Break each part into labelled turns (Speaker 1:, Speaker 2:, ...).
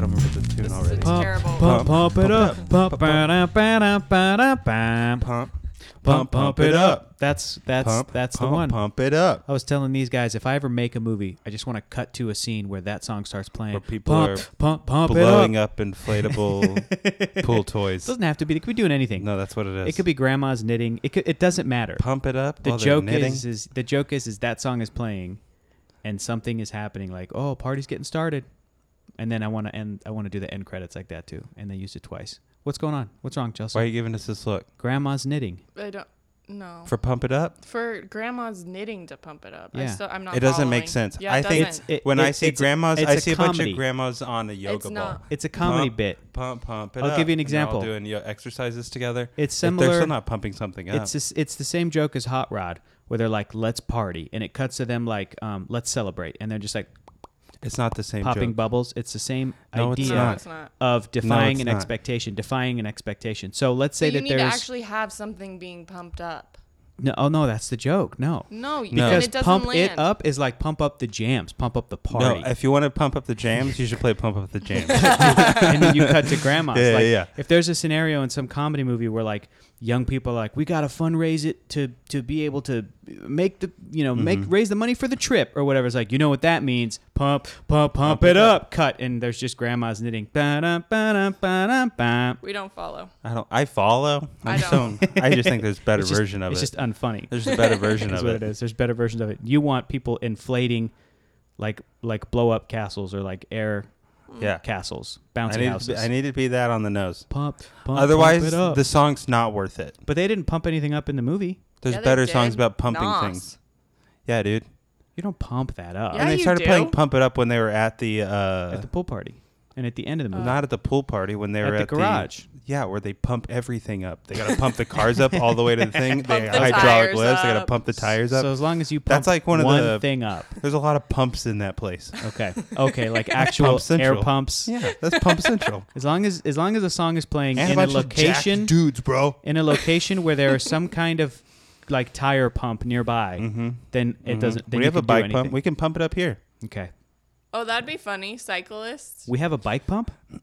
Speaker 1: doing already.
Speaker 2: It's
Speaker 3: Pump,
Speaker 2: terrible.
Speaker 3: pump, pump it up. Pump,
Speaker 1: Pump,
Speaker 3: ba-da, ba-da, ba-da, bam.
Speaker 1: Pump,
Speaker 3: Pump, pump it up. That's that's
Speaker 1: pump,
Speaker 3: that's the
Speaker 1: pump,
Speaker 3: one.
Speaker 1: Pump it up.
Speaker 3: I was telling these guys if I ever make a movie, I just want to cut to a scene where that song starts playing.
Speaker 1: Where people
Speaker 3: pump,
Speaker 1: are
Speaker 3: pump, pump
Speaker 1: Blowing
Speaker 3: it
Speaker 1: up inflatable pool toys.
Speaker 3: Doesn't have to be. It could be doing anything.
Speaker 1: No, that's what it is.
Speaker 3: It could be grandma's knitting. It could, it doesn't matter.
Speaker 1: pump it up.
Speaker 3: the
Speaker 1: while they're
Speaker 3: joke
Speaker 1: knitting.
Speaker 3: is is the joke is is that song is playing and something is happening like oh party's getting started and then i want to end i want to do the end credits like that too and they used it twice what's going on what's wrong chelsea
Speaker 1: Why are you giving us this look
Speaker 3: grandma's knitting
Speaker 2: I don't. No.
Speaker 1: for pump it up?
Speaker 2: For grandma's knitting to pump it up. I
Speaker 3: Yeah.
Speaker 2: still, I'm not.
Speaker 1: It doesn't make
Speaker 2: following.
Speaker 1: sense.
Speaker 2: Yeah,
Speaker 1: I
Speaker 2: it
Speaker 1: think-
Speaker 2: doesn't.
Speaker 3: It-
Speaker 1: when I
Speaker 3: it-
Speaker 1: see
Speaker 3: it's a-
Speaker 1: grandmas,
Speaker 3: it's
Speaker 1: I
Speaker 3: a
Speaker 1: see a bunch
Speaker 3: comedy.
Speaker 1: of grandmas on a yoga
Speaker 2: It's
Speaker 1: ball.
Speaker 2: not-
Speaker 3: it's a comedy
Speaker 1: Pump-
Speaker 3: bit
Speaker 1: Pump, pump it
Speaker 3: I'll
Speaker 1: up.
Speaker 3: give you an
Speaker 1: And they're all
Speaker 3: example.
Speaker 1: Doing yo- exercises together.
Speaker 3: It's
Speaker 1: If they're
Speaker 3: similar-
Speaker 1: still not pumping something up.
Speaker 3: it's just, it's the same joke as hot rod where they're like let's party and it cuts to them like um, let's celebrate and they're just like
Speaker 1: It's not the same
Speaker 3: popping
Speaker 1: joke.
Speaker 3: bubbles it's the same
Speaker 1: No, it's
Speaker 3: idea
Speaker 2: No,
Speaker 1: not.
Speaker 2: it's not.
Speaker 3: of defying
Speaker 1: it's
Speaker 3: an
Speaker 1: not.
Speaker 3: expectation defying an expectation so let's
Speaker 2: So
Speaker 3: say
Speaker 2: you
Speaker 3: that
Speaker 2: need to
Speaker 3: there's
Speaker 2: actually have something being pumped up.
Speaker 3: no oh no that's the joke no
Speaker 2: No, you-
Speaker 1: No.
Speaker 2: and
Speaker 3: Because
Speaker 2: it doesn't
Speaker 3: pump
Speaker 2: land.
Speaker 3: it up is like pump up the jams, pump up the party,
Speaker 1: No, if you want to pump up the jams, you should play pump up the jams.
Speaker 3: and then you cut to grandma's.
Speaker 1: Yeah,
Speaker 3: like,
Speaker 1: yeah.
Speaker 3: If there's a scenario in some comedy movie where like young people are like, we gotta fundraise it to to be able to make the you know
Speaker 1: Mm-hmm.
Speaker 3: make raise the money for the trip or whatever. It's like you know what that means. Pump, pump, pump, it up. Cut, and there's just grandma's knitting. Ba-da, ba-da, ba-da, ba.
Speaker 2: We don't follow.
Speaker 1: I don't. I follow.
Speaker 2: I
Speaker 1: I just
Speaker 2: don't.
Speaker 1: don't. I just think there's a better
Speaker 3: It's just-
Speaker 1: version of
Speaker 3: it's
Speaker 1: it.
Speaker 3: just unfunny.
Speaker 1: there's a better version
Speaker 3: is
Speaker 1: of
Speaker 3: what
Speaker 1: it.
Speaker 3: it is. There's better versions of it. You want people inflating, like like blow up castles or like air
Speaker 1: Yeah.
Speaker 3: castles,
Speaker 1: I
Speaker 3: bouncy
Speaker 1: need, to
Speaker 3: houses.
Speaker 1: be, I need to be that on the nose.
Speaker 3: pump, pump,
Speaker 1: Otherwise,
Speaker 3: pump it up.
Speaker 1: the song's not worth it.
Speaker 3: but they didn't pump anything up in the movie.
Speaker 1: There's
Speaker 2: Yeah, they
Speaker 1: better
Speaker 2: did.
Speaker 1: songs about pumping
Speaker 2: Nas.
Speaker 1: things. Yeah, dude.
Speaker 3: You don't pump that up
Speaker 2: Yeah,
Speaker 1: and they
Speaker 2: you
Speaker 1: started
Speaker 2: do.
Speaker 1: playing "Pump It Up" when they were at the, uh,
Speaker 3: at the pool party and at the end of
Speaker 2: Uh,
Speaker 3: the movie.
Speaker 1: not at the pool party when they
Speaker 3: At
Speaker 1: were
Speaker 3: the
Speaker 1: at
Speaker 3: garage.
Speaker 1: yeah, where they pump everything up. They gotta pump the cars up all the way to the thing. they
Speaker 2: the
Speaker 1: hydraulic
Speaker 2: tires
Speaker 1: lifts. They gotta
Speaker 2: up.
Speaker 1: pump the tires up.
Speaker 3: so as long as you pump
Speaker 1: That's like one of the-
Speaker 3: thing up.
Speaker 1: There's a lot of pumps in that place.
Speaker 3: Okay, okay, like actual air
Speaker 1: Central.
Speaker 3: pumps.
Speaker 1: Yeah, that's Pump Central.
Speaker 3: As long as as long as a song is playing
Speaker 1: And
Speaker 3: in
Speaker 1: a
Speaker 3: a
Speaker 1: bunch of jacked
Speaker 3: location
Speaker 1: dudes, bro.
Speaker 3: in a location where there is some kind of like tire pump nearby, then it doesn't.
Speaker 1: Mm-hmm. we
Speaker 3: Then you
Speaker 1: have a
Speaker 3: can do
Speaker 1: bike pump.
Speaker 3: anything.
Speaker 1: We can pump it up here.
Speaker 3: okay,
Speaker 2: Oh, that'd be funny. Cyclists.
Speaker 3: we have a bike pump. Oh.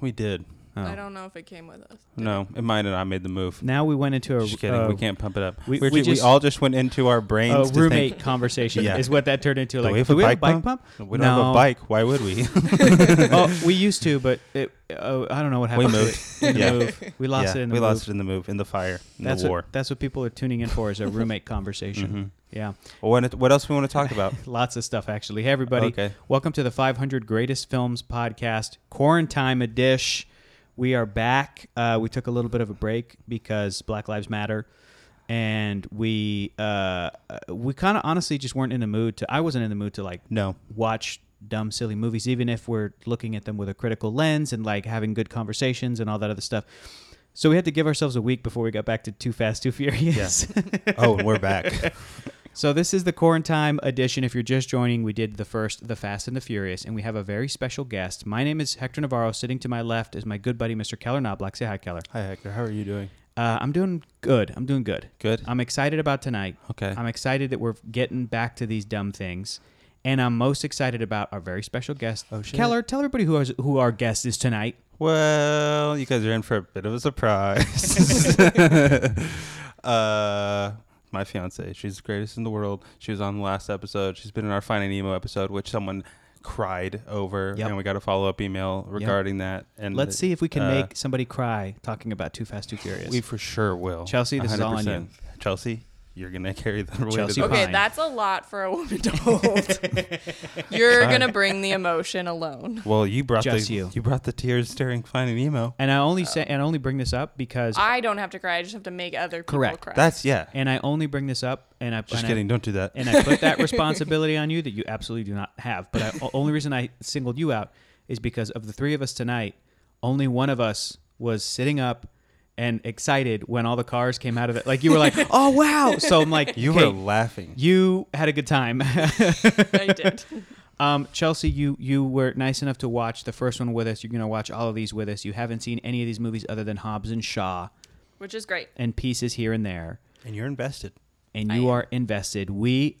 Speaker 1: We did.
Speaker 2: I don't know if it came with us.
Speaker 1: No, it might not. I made the move.
Speaker 3: Now we went into a
Speaker 1: Just kidding.
Speaker 3: uh,
Speaker 1: we can't pump it up.
Speaker 3: we-
Speaker 1: We,
Speaker 3: we
Speaker 1: we,
Speaker 3: just-
Speaker 1: all just went into our brains.
Speaker 3: a
Speaker 1: to think,
Speaker 3: roommate conversation
Speaker 1: Yeah.
Speaker 3: is what that turned into.
Speaker 1: Do
Speaker 3: Like,
Speaker 1: we have a bike pump? We don't have a bike. Why would we?
Speaker 3: oh, we used to, but it, uh, I don't know what
Speaker 1: we
Speaker 3: happened. to
Speaker 1: moved.
Speaker 3: it in the
Speaker 1: Yeah.
Speaker 3: move. We lost
Speaker 1: yeah,
Speaker 3: it in the
Speaker 1: we
Speaker 3: move.
Speaker 1: lost it in the move, in the fire, in
Speaker 3: That's
Speaker 1: the
Speaker 3: what,
Speaker 1: war. Mm-hmm.
Speaker 3: That's what people are tuning in for is a roommate conversation. Yeah,
Speaker 1: What, what else we want to talk about?
Speaker 3: lots of stuff actually. Hey everybody,
Speaker 1: Okay.
Speaker 3: welcome to the 500 Greatest Films podcast, Quarantine a Dish. We are back. Uh, we took a little bit of a break because Black Lives Matter, and we uh, we kind of honestly just weren't in the mood to. I wasn't in the mood to like
Speaker 1: No.
Speaker 3: watch dumb silly movies even if we're looking at them with a critical lens and like having good conversations and all that other stuff so we had to give ourselves a week before we got back to too fast too furious
Speaker 1: Oh, and we're back.
Speaker 3: so this is the quarantine edition if you're just joining we did the first the fast and the furious and we have a very special guest my name is hector navarro sitting to my left is my good buddy mr keller knobloch say hi keller
Speaker 1: Hi, Hector. How are you doing?
Speaker 3: uh, i'm doing good i'm doing good
Speaker 1: Good.
Speaker 3: i'm excited about tonight
Speaker 1: Okay.
Speaker 3: i'm excited that we're getting back to these dumb things and i'm most excited about our very special guest
Speaker 1: Oh, shit.
Speaker 3: keller tell everybody who, our- who our guest is tonight
Speaker 1: Well, you guys are in for a bit of a surprise. uh, my fiance, she's the greatest in the world. She was on the last episode. She's been in our Finding Nemo episode, which someone cried over,
Speaker 3: Yep.
Speaker 1: and we got a follow up email regarding that. And
Speaker 3: Let's
Speaker 1: it-
Speaker 3: see if we can
Speaker 1: uh,
Speaker 3: make somebody cry talking about Too Fast, Too Furious.
Speaker 1: We for sure will.
Speaker 3: Chelsea, this is all on you.
Speaker 1: 100%. Chelsea, you're gonna carry the weight of
Speaker 3: Chelsea
Speaker 1: the-
Speaker 2: Okay,
Speaker 3: Fine.
Speaker 2: that's a lot for a woman to hold. You're gonna bring the emotion alone.
Speaker 1: Well, you brought
Speaker 3: Just
Speaker 1: the
Speaker 3: you.
Speaker 1: brought the tears during Finding Nemo.
Speaker 3: and I only say and I only bring this up because
Speaker 2: I don't have to cry. I just have to make other people
Speaker 3: Correct.
Speaker 2: cry.
Speaker 1: That's yeah.
Speaker 3: and I only bring this up and I
Speaker 1: Just
Speaker 3: and
Speaker 1: kidding.
Speaker 3: I,
Speaker 1: Don't do that.
Speaker 3: and I put that responsibility on you that you absolutely do not have. But I, only reason I singled you out is because of the three of us tonight, only one of us was sitting up and excited when all the cars came out of it. Like you were like, "Oh wow!" So I'm like,
Speaker 1: you
Speaker 3: okay,
Speaker 1: were laughing.
Speaker 3: You had a good time.
Speaker 2: I did.
Speaker 3: Um, Chelsea, you you were nice enough to watch the first one with us. You're gonna watch all of these with us. You haven't seen any of these movies other than Hobbs and Shaw
Speaker 2: Which is great.
Speaker 3: and pieces here and there,
Speaker 1: and you're invested.
Speaker 3: and you are invested. We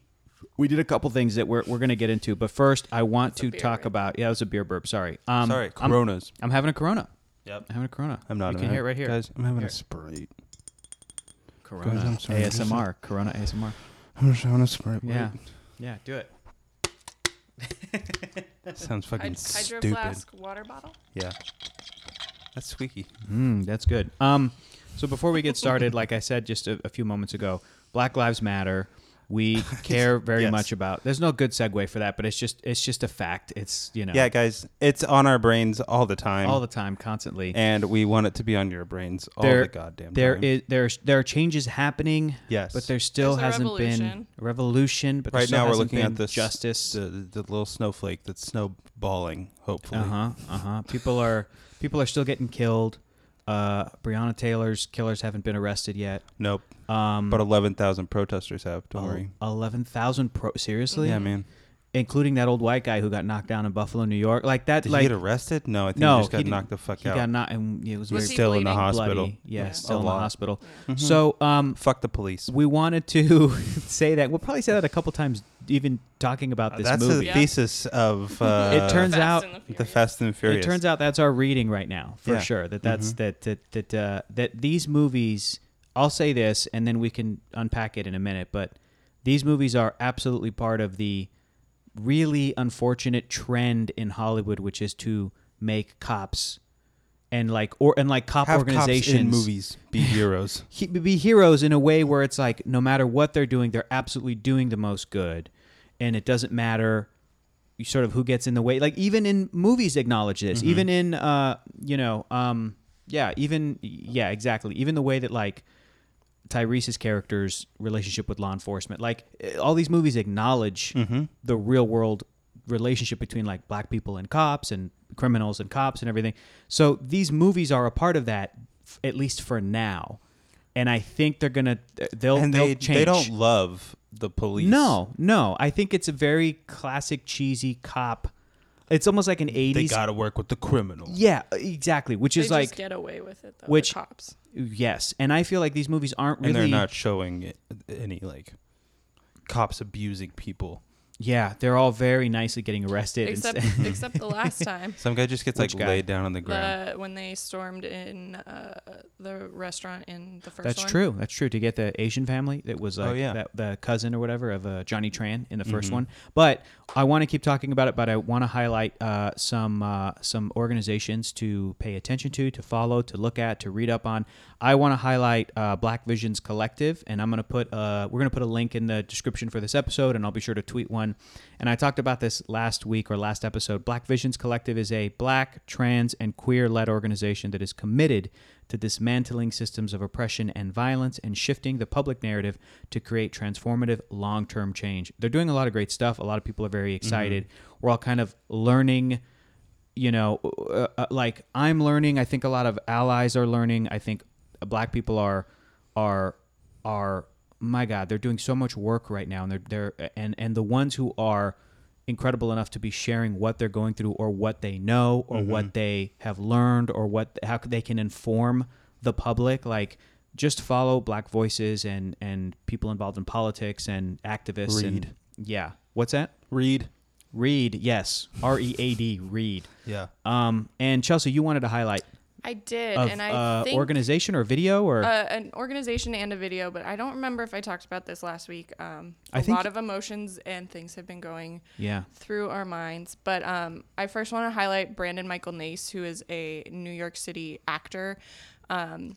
Speaker 3: we did a couple things that we're, we're going to get into, but first I want to
Speaker 2: beer
Speaker 3: talk
Speaker 2: burp.
Speaker 3: about. Yeah, it was a beer burp. Sorry. Um,
Speaker 4: Sorry,
Speaker 3: I'm-
Speaker 4: Coronas.
Speaker 3: I'm, having a Corona.
Speaker 4: Yep.
Speaker 3: I'm having a Corona.
Speaker 4: I'm not.
Speaker 3: You
Speaker 4: I'm
Speaker 3: can
Speaker 4: having-
Speaker 3: hear it right here.
Speaker 4: guys. I'm having
Speaker 3: Here.
Speaker 4: a sprite.
Speaker 3: Corona
Speaker 4: Guys, I'm sorry.
Speaker 3: ASMR. Corona ASMR.
Speaker 4: I'm just having a sprite.
Speaker 3: Yeah. Yeah. Do it.
Speaker 4: Wait, sounds fucking
Speaker 2: hydro
Speaker 4: stupid.
Speaker 2: flask water bottle.
Speaker 4: Yeah. That's squeaky.
Speaker 3: Mm, that's good. Um, so before we get started, like I said just a, a few moments ago, Black Lives Matter. We care very
Speaker 4: Yes.
Speaker 3: much about. There's no good segue for that, but it's just it's just a fact. It's you know
Speaker 4: Yeah, guys, it's on our brains all the time.
Speaker 3: all the time, constantly.
Speaker 4: and we want it to be on your brains all the goddamn
Speaker 3: there
Speaker 4: time.
Speaker 3: is- there's there are changes happening.
Speaker 4: Yes.
Speaker 3: but there still
Speaker 2: There's a
Speaker 3: hasn't been
Speaker 2: revolution.
Speaker 3: a revolution. But there
Speaker 4: right
Speaker 3: still
Speaker 4: now we're
Speaker 3: hasn't
Speaker 4: looking at
Speaker 3: been
Speaker 4: this
Speaker 3: justice.
Speaker 4: the, the little snowflake that's snowballing. Hopefully,
Speaker 3: Uh huh. Uh huh. People are people are still getting killed. Uh, Breonna Taylor's killers haven't been arrested yet.
Speaker 4: nope.
Speaker 3: Um,
Speaker 4: But eleven thousand protesters have.
Speaker 3: Oh,
Speaker 4: Don't worry.
Speaker 3: eleven thousand pro. Seriously?
Speaker 4: Yeah, man.
Speaker 3: Including that old white guy who got knocked down in Buffalo, New York. Like that.
Speaker 4: Did
Speaker 3: like
Speaker 4: he get arrested? No, I think
Speaker 3: no,
Speaker 4: he just got
Speaker 3: didn't-
Speaker 4: knocked the fuck
Speaker 3: he
Speaker 4: out.
Speaker 3: got knocked, and it was,
Speaker 4: He's
Speaker 2: Was
Speaker 3: very
Speaker 2: he
Speaker 4: still in the
Speaker 2: bleeding?
Speaker 4: hospital.
Speaker 3: bloody. Yeah,
Speaker 2: Yeah.
Speaker 3: still
Speaker 4: A
Speaker 3: in the
Speaker 4: lot.
Speaker 3: hospital.
Speaker 4: Mhm.
Speaker 3: So, um,
Speaker 4: Fuck the police.
Speaker 3: we wanted to say that we'll probably say that a couple times even talking about this
Speaker 4: Uh, that's
Speaker 3: movie
Speaker 4: the
Speaker 2: Yeah.
Speaker 4: thesis of uh,
Speaker 3: It turns
Speaker 2: Fast
Speaker 3: out
Speaker 2: and
Speaker 4: the
Speaker 2: Furious.
Speaker 4: Fast and
Speaker 3: it
Speaker 4: Furious.
Speaker 3: turns out that's our reading right now for
Speaker 4: Yeah. Mm-hmm.
Speaker 3: sure that that's that that that uh, that these movies I'll say this and then we can unpack it in a minute but these movies are absolutely part of the really unfortunate trend in Hollywood which is to make cops and like or and like cop
Speaker 4: have
Speaker 3: organizations
Speaker 4: cops in movies be heroes.
Speaker 3: he, be heroes in a way where it's like no matter what they're doing, they're absolutely doing the most good, and it doesn't matter you sort of who gets in the way. Like even in movies, acknowledge this.
Speaker 4: Mm-hmm.
Speaker 3: Even in uh, you know, um, yeah, even yeah, exactly. Even the way that like Tyrese's character's relationship with law enforcement, like eh, all these movies acknowledge
Speaker 4: Mm-hmm.
Speaker 3: the real world relationship between like black people and cops and criminals and cops and everything. So these movies are a part of that, f- at least for now. And I think they're gonna th- they'll
Speaker 4: and
Speaker 3: they'll
Speaker 4: they
Speaker 3: change.
Speaker 4: they don't love the police.
Speaker 3: No, no. I think it's a very classic cheesy cop. It's almost like an
Speaker 4: they
Speaker 3: eighties.
Speaker 4: got to work with the criminal.
Speaker 3: yeah, exactly. Which
Speaker 2: They
Speaker 3: is like
Speaker 2: just get away with it though.
Speaker 3: which-
Speaker 2: the cops.
Speaker 3: yes, and I feel like these movies aren't
Speaker 4: and
Speaker 3: really.
Speaker 4: they're not showing it, any like cops abusing people.
Speaker 3: Yeah, they're all very nicely getting arrested. and
Speaker 2: Except
Speaker 3: s-
Speaker 2: except the last time.
Speaker 4: Some guy just gets
Speaker 3: Which
Speaker 4: like
Speaker 3: guy?
Speaker 4: laid down on the ground.
Speaker 2: The, when they stormed in uh, the restaurant in the first
Speaker 3: that's
Speaker 2: one.
Speaker 3: true. That's true. To get the Asian family that was like
Speaker 4: Oh, yeah. Mm-hmm.
Speaker 3: that, the cousin or whatever of uh, Johnny Tran in the 1st one. But I want to keep talking about it. But I want to highlight uh, some uh, some organizations to pay attention to, to follow, to look at, to read up on. I want to highlight uh, Black Visions Collective, and I'm gonna put uh, we're gonna put a link in the description for this episode, and I'll be sure to tweet one. And I talked about this last week or last episode. Black Visions Collective is a Black, trans, and queer-led organization that is committed to dismantling systems of oppression and violence and shifting the public narrative to create transformative long term change. They're doing a lot of great stuff. A lot of people are very excited. We're all kind of learning, you know, uh, uh, like I'm learning. I think a lot of allies are learning. I think uh, black people are, are, are, my God, they're doing so much work right now. And they're, they're, and, and the ones who are, incredible enough to be sharing what they're going through or what they know or what they have learned or what how they can inform the public like just follow black voices and and people involved in politics and activists
Speaker 4: Read.
Speaker 3: and yeah what's that
Speaker 4: Read.
Speaker 3: read yes r e a d read
Speaker 4: Yeah.
Speaker 3: um and chelsea you wanted to highlight
Speaker 2: I did,
Speaker 3: of
Speaker 2: and I
Speaker 3: uh,
Speaker 2: think
Speaker 3: organization or video or
Speaker 2: uh, an organization and a video, but I don't remember if I talked about this last week. Um, a
Speaker 3: I think-
Speaker 2: lot of emotions and things have been going
Speaker 3: yeah
Speaker 2: through our minds, but um, I first want to highlight Brandon Michael Nace, who is a New York City actor. Um,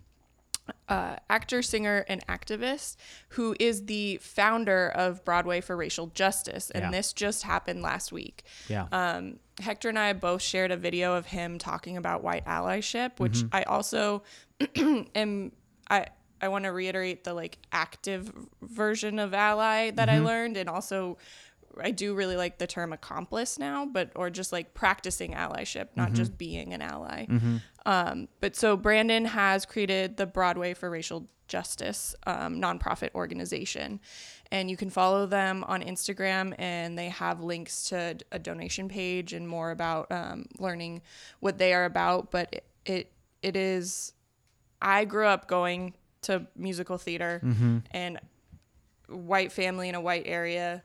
Speaker 2: uh, actor, singer, and activist who is the founder of Broadway for Racial Justice. And
Speaker 3: Yeah.
Speaker 2: this just happened last week
Speaker 3: yeah
Speaker 2: um, Hector and I both shared a video of him talking about white allyship, which I also am. I I want to reiterate the like active version of ally that I learned, and also I do really like the term accomplice now, but or just like practicing allyship, not just being an ally. Um, but so Brandon has created the Broadway for Racial Justice um, nonprofit organization. And you can follow them on Instagram, and they have links to d- a donation page and more about um, learning what they are about. But it, it, it is, I grew up going to musical theater and white family in a white area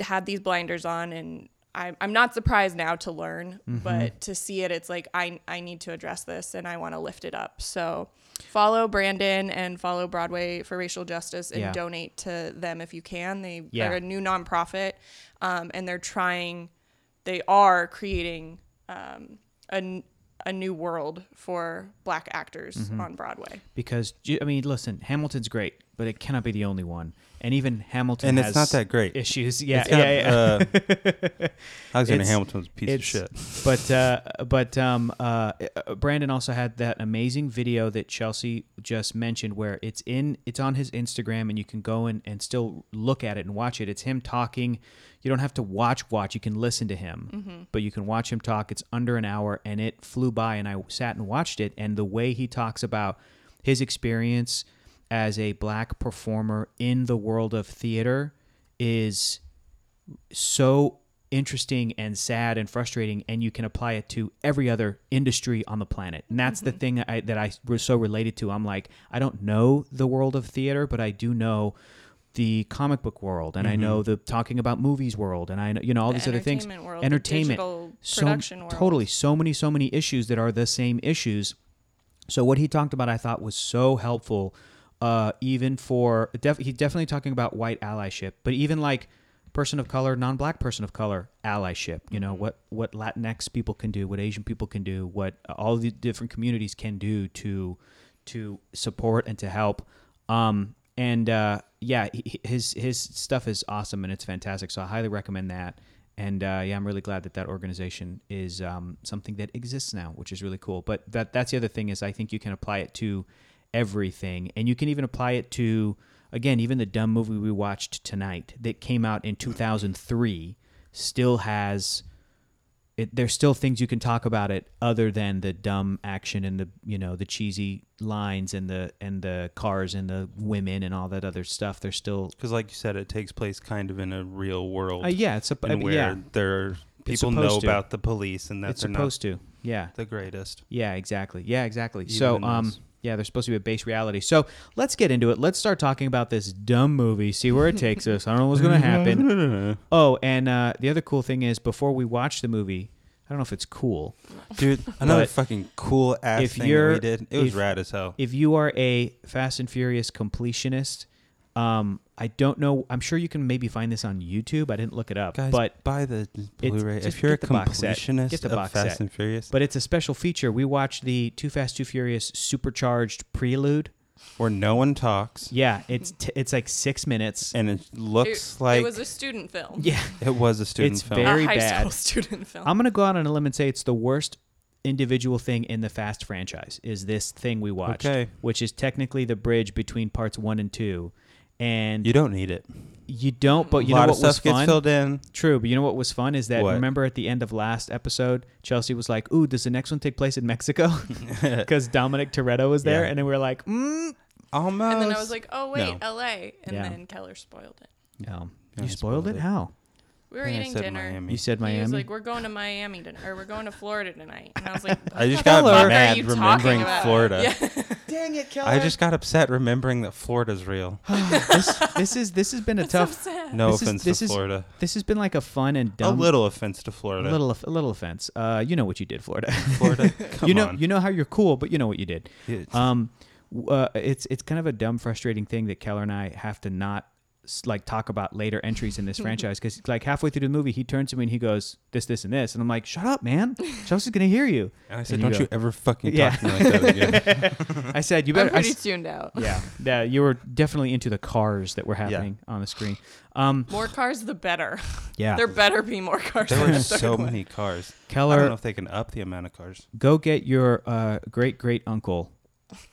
Speaker 2: had these blinders on and I'm, I'm not surprised now to learn, but to see it, it's like I, I need to address this and I want to lift it up. So follow Brandon and follow Broadway for Racial Justice and
Speaker 3: Yeah.
Speaker 2: donate to them if you can. They,
Speaker 3: Yeah.
Speaker 2: They're a new nonprofit um, and they're trying, they are creating um, a, n- a new world for black actors
Speaker 4: Mm-hmm.
Speaker 2: on Broadway.
Speaker 3: because ju- I mean, listen, Hamilton's great, but it cannot be the only one. And even Hamilton
Speaker 4: And
Speaker 3: has
Speaker 4: it's not that great.
Speaker 3: issues. Yeah,
Speaker 4: It's
Speaker 3: yeah,
Speaker 4: got,
Speaker 3: yeah.
Speaker 4: Uh, Alexander
Speaker 3: It's-
Speaker 4: Hamilton's a piece of
Speaker 3: it's-
Speaker 4: shit.
Speaker 3: but uh, but um, uh, uh, Brandon also had that amazing video that Chelsea just mentioned, where it's in it's on his Instagram, and you can go in and still look at it and watch it. It's him talking. You don't have to watch watch. You can listen to him, but you can watch him talk. It's under an hour, and it flew by. And I sat and watched it, and the way he talks about his experience as a black performer in the world of theater is so interesting and sad and frustrating and you can apply it to every other industry on the planet and that's
Speaker 2: Mm-hmm.
Speaker 3: the thing I, that i was so related to i'm like i don't know the world of theater but i do know the comic book world and i know the talking about movies world and i know you know all
Speaker 2: The
Speaker 3: these other things
Speaker 2: entertainment world, the
Speaker 3: entertainment
Speaker 2: digital
Speaker 3: so
Speaker 2: production world.
Speaker 3: totally so many so many issues that are the same issues so what he talked about, I thought was so helpful, uh, even for def- he's definitely talking about white allyship, but even like person of color, non-black person of color allyship. You know what what Latinx people can do, what Asian people can do, what all the different communities can do to to support and to help. Um, and uh, yeah, he- he- his his stuff is awesome and it's fantastic. So I highly recommend that. And uh, yeah, I'm really glad that that organization is um, something that exists now, which is really cool. But that that's the other thing is I think you can apply it to everything, and you can even apply it to again even the dumb movie we watched tonight that came out in 2003 still has it, there's still things you can talk about it other than the dumb action and the you know the cheesy lines and the and the cars and the women and all that other stuff. There's still
Speaker 4: Because, like you said, it takes place kind of in a real world.
Speaker 3: uh, yeah, it's a,
Speaker 4: and where
Speaker 3: yeah,
Speaker 4: there are
Speaker 3: It's
Speaker 4: people know
Speaker 3: supposed to.
Speaker 4: about the police and that
Speaker 3: it's
Speaker 4: they're not
Speaker 3: supposed to yeah
Speaker 4: the greatest.
Speaker 3: yeah exactly yeah exactly.
Speaker 4: Even
Speaker 3: so
Speaker 4: in
Speaker 3: um
Speaker 4: those.
Speaker 3: yeah, there's supposed to be a base reality. So let's get into it. Let's start talking about this dumb movie. See where it takes us. I don't know what's gonna happen. Oh, and uh, the other cool thing is before we watch the movie, I don't know if it's cool.
Speaker 4: Dude, another
Speaker 3: But
Speaker 4: fucking cool ass
Speaker 3: if
Speaker 4: thing that
Speaker 3: you're-
Speaker 4: we did. It was
Speaker 3: if-
Speaker 4: rad as hell.
Speaker 3: If you are a Fast and Furious completionist, um, I don't know. I'm sure you can maybe find this on YouTube. I didn't look it up,
Speaker 4: Guys,
Speaker 3: but
Speaker 4: buy the Blu-ray.
Speaker 3: just
Speaker 4: If you're a
Speaker 3: get the box set.
Speaker 4: completionist
Speaker 3: Get the
Speaker 4: of
Speaker 3: box
Speaker 4: Fast
Speaker 3: set.
Speaker 4: and Furious
Speaker 3: but it's a special feature. We watched the Too Fast Too Furious Supercharged Prelude.
Speaker 4: where no one talks
Speaker 3: Yeah, it's t- it's like six minutes.
Speaker 4: and it looks
Speaker 2: It,
Speaker 4: like
Speaker 2: it was a student film.
Speaker 3: yeah,
Speaker 4: student
Speaker 3: It's
Speaker 4: film.
Speaker 3: very-
Speaker 2: a high school
Speaker 3: bad.
Speaker 2: student film.
Speaker 3: I'm gonna go out on a limb and say it's the worst individual thing in the Fast franchise. Is this thing we watched,
Speaker 4: Okay.
Speaker 3: which is technically the bridge between parts one and two, and
Speaker 4: you don't need it.
Speaker 3: you don't. But you
Speaker 4: a lot
Speaker 3: know
Speaker 4: of
Speaker 3: what
Speaker 4: stuff
Speaker 3: was
Speaker 4: gets
Speaker 3: fun?
Speaker 4: filled in.
Speaker 3: True, but you know what was fun is that
Speaker 4: What?
Speaker 3: remember at the end of last episode, Chelsea was like, "Ooh, does the next one take place in Mexico?" Because Dominic Toretto was there,
Speaker 4: Yeah.
Speaker 3: and then we were like, mm.
Speaker 4: Almost.
Speaker 2: and then I was like, oh wait,
Speaker 4: No.
Speaker 2: L.A. And
Speaker 3: Yeah.
Speaker 2: then Keller spoiled it.
Speaker 3: "No,
Speaker 4: Yeah,
Speaker 3: you
Speaker 4: I
Speaker 3: spoiled
Speaker 4: spoiled
Speaker 3: it.
Speaker 4: it.
Speaker 3: How?"
Speaker 2: We were
Speaker 4: I
Speaker 2: eating
Speaker 4: said
Speaker 2: dinner.
Speaker 4: Miami.
Speaker 3: You said
Speaker 2: He
Speaker 3: Miami.
Speaker 2: was like, "We're going to Miami tonight, or we're going to Florida tonight." And I was like,
Speaker 4: I just
Speaker 2: "What the
Speaker 4: got
Speaker 2: fuck are
Speaker 4: mad
Speaker 2: you
Speaker 4: remembering
Speaker 2: talking about?"
Speaker 4: Florida.
Speaker 2: Yeah.
Speaker 3: "Dang it, Keller!"
Speaker 4: I just got upset remembering that Florida's real.
Speaker 3: this, this is this has been a
Speaker 2: so
Speaker 3: tough.
Speaker 2: sad.
Speaker 4: No
Speaker 3: This is-
Speaker 4: offense
Speaker 3: this
Speaker 4: to
Speaker 3: is
Speaker 4: Florida.
Speaker 3: This has been like a fun and dumb.
Speaker 4: a little offense to Florida.
Speaker 3: A little, a little offense. Uh, you know what you did, Florida.
Speaker 4: Florida. Come
Speaker 3: you know,
Speaker 4: on.
Speaker 3: you know how you're cool, but you know what you did.
Speaker 4: It's-
Speaker 3: Um, w- uh, it's it's kind of a dumb, frustrating thing that Keller and I have to not s- like talk about later entries in this franchise because like halfway through the movie, he turns to me and he goes this, this, and this, and I'm like, shut up, man. Chelsea's gonna hear you.
Speaker 4: and I said,
Speaker 3: and you
Speaker 4: don't
Speaker 3: go-
Speaker 4: you ever fucking
Speaker 3: Yeah.
Speaker 4: talk to me like that again.
Speaker 3: I said, you
Speaker 2: I'm
Speaker 3: better. I
Speaker 2: pretty
Speaker 3: s-
Speaker 2: tuned out.
Speaker 3: yeah, yeah, you were definitely into the cars that were happening on the screen. Um,
Speaker 2: More cars, the better.
Speaker 3: yeah,
Speaker 2: There better be more cars.
Speaker 4: There
Speaker 2: in
Speaker 4: were
Speaker 2: the third
Speaker 4: so
Speaker 2: one.
Speaker 4: many cars. I don't know
Speaker 3: Keller,
Speaker 4: if they can up the amount of cars.
Speaker 3: go get your uh, great great uncle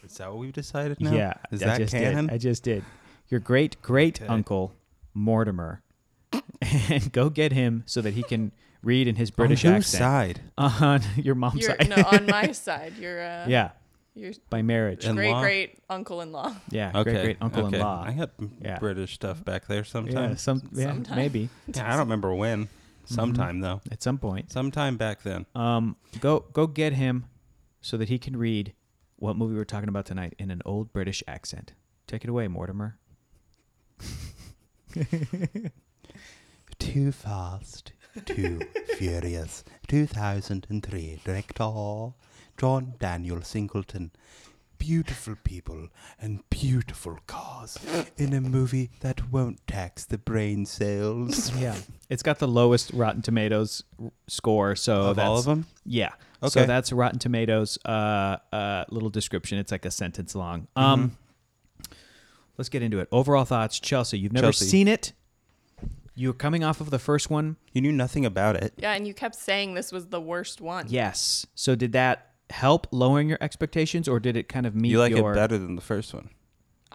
Speaker 4: Is that what we've decided now?
Speaker 3: Yeah,
Speaker 4: Is
Speaker 3: I
Speaker 4: that
Speaker 3: just
Speaker 4: canon?
Speaker 3: Did. I just did. Your great great
Speaker 4: Okay.
Speaker 3: uncle Mortimer, and go get him so that he can read in his British
Speaker 4: On whose
Speaker 3: accent
Speaker 4: side?
Speaker 3: on your mom's
Speaker 2: You're,
Speaker 3: side.
Speaker 2: no, on my side, you're uh,
Speaker 3: yeah,
Speaker 2: your
Speaker 3: by marriage.
Speaker 4: In
Speaker 2: great
Speaker 4: law?
Speaker 2: great uncle in law.
Speaker 3: Yeah,
Speaker 4: Okay.
Speaker 3: great great uncle
Speaker 4: okay.
Speaker 3: in law.
Speaker 4: I got
Speaker 3: Yeah.
Speaker 4: British stuff back there
Speaker 3: Yeah,
Speaker 4: sometimes.
Speaker 3: some, yeah,
Speaker 2: Sometime.
Speaker 3: maybe
Speaker 4: Yeah, I don't remember when.
Speaker 3: Mm-hmm.
Speaker 4: Sometime though.
Speaker 3: at some point.
Speaker 4: Sometime back then.
Speaker 3: Um, go go get him so that he can read what movie we're talking about tonight in an old British accent. Take it away, Mortimer.
Speaker 4: Do
Speaker 1: Too fast, too furious. 2003 director John Daniel Singleton. Beautiful people and beautiful cars in a movie that won't tax the brain cells.
Speaker 3: Yeah, it's got the lowest Rotten Tomatoes r- score. So
Speaker 1: of all
Speaker 3: that's-
Speaker 1: of them?
Speaker 3: Yeah.
Speaker 1: Okay.
Speaker 3: So that's Rotten Tomatoes. Uh, uh, little description. It's like a sentence long.
Speaker 1: Mm-hmm.
Speaker 3: Um, let's get into it. Overall thoughts, Chelsea. You've never
Speaker 1: Chelsea.
Speaker 3: seen it. You're coming off of the first one.
Speaker 1: You knew nothing about it.
Speaker 2: Yeah, and you kept saying this was the worst one.
Speaker 3: Yes. So did that help lowering your expectations, or did it kind of meet
Speaker 1: You like
Speaker 3: your
Speaker 1: it better than the first one.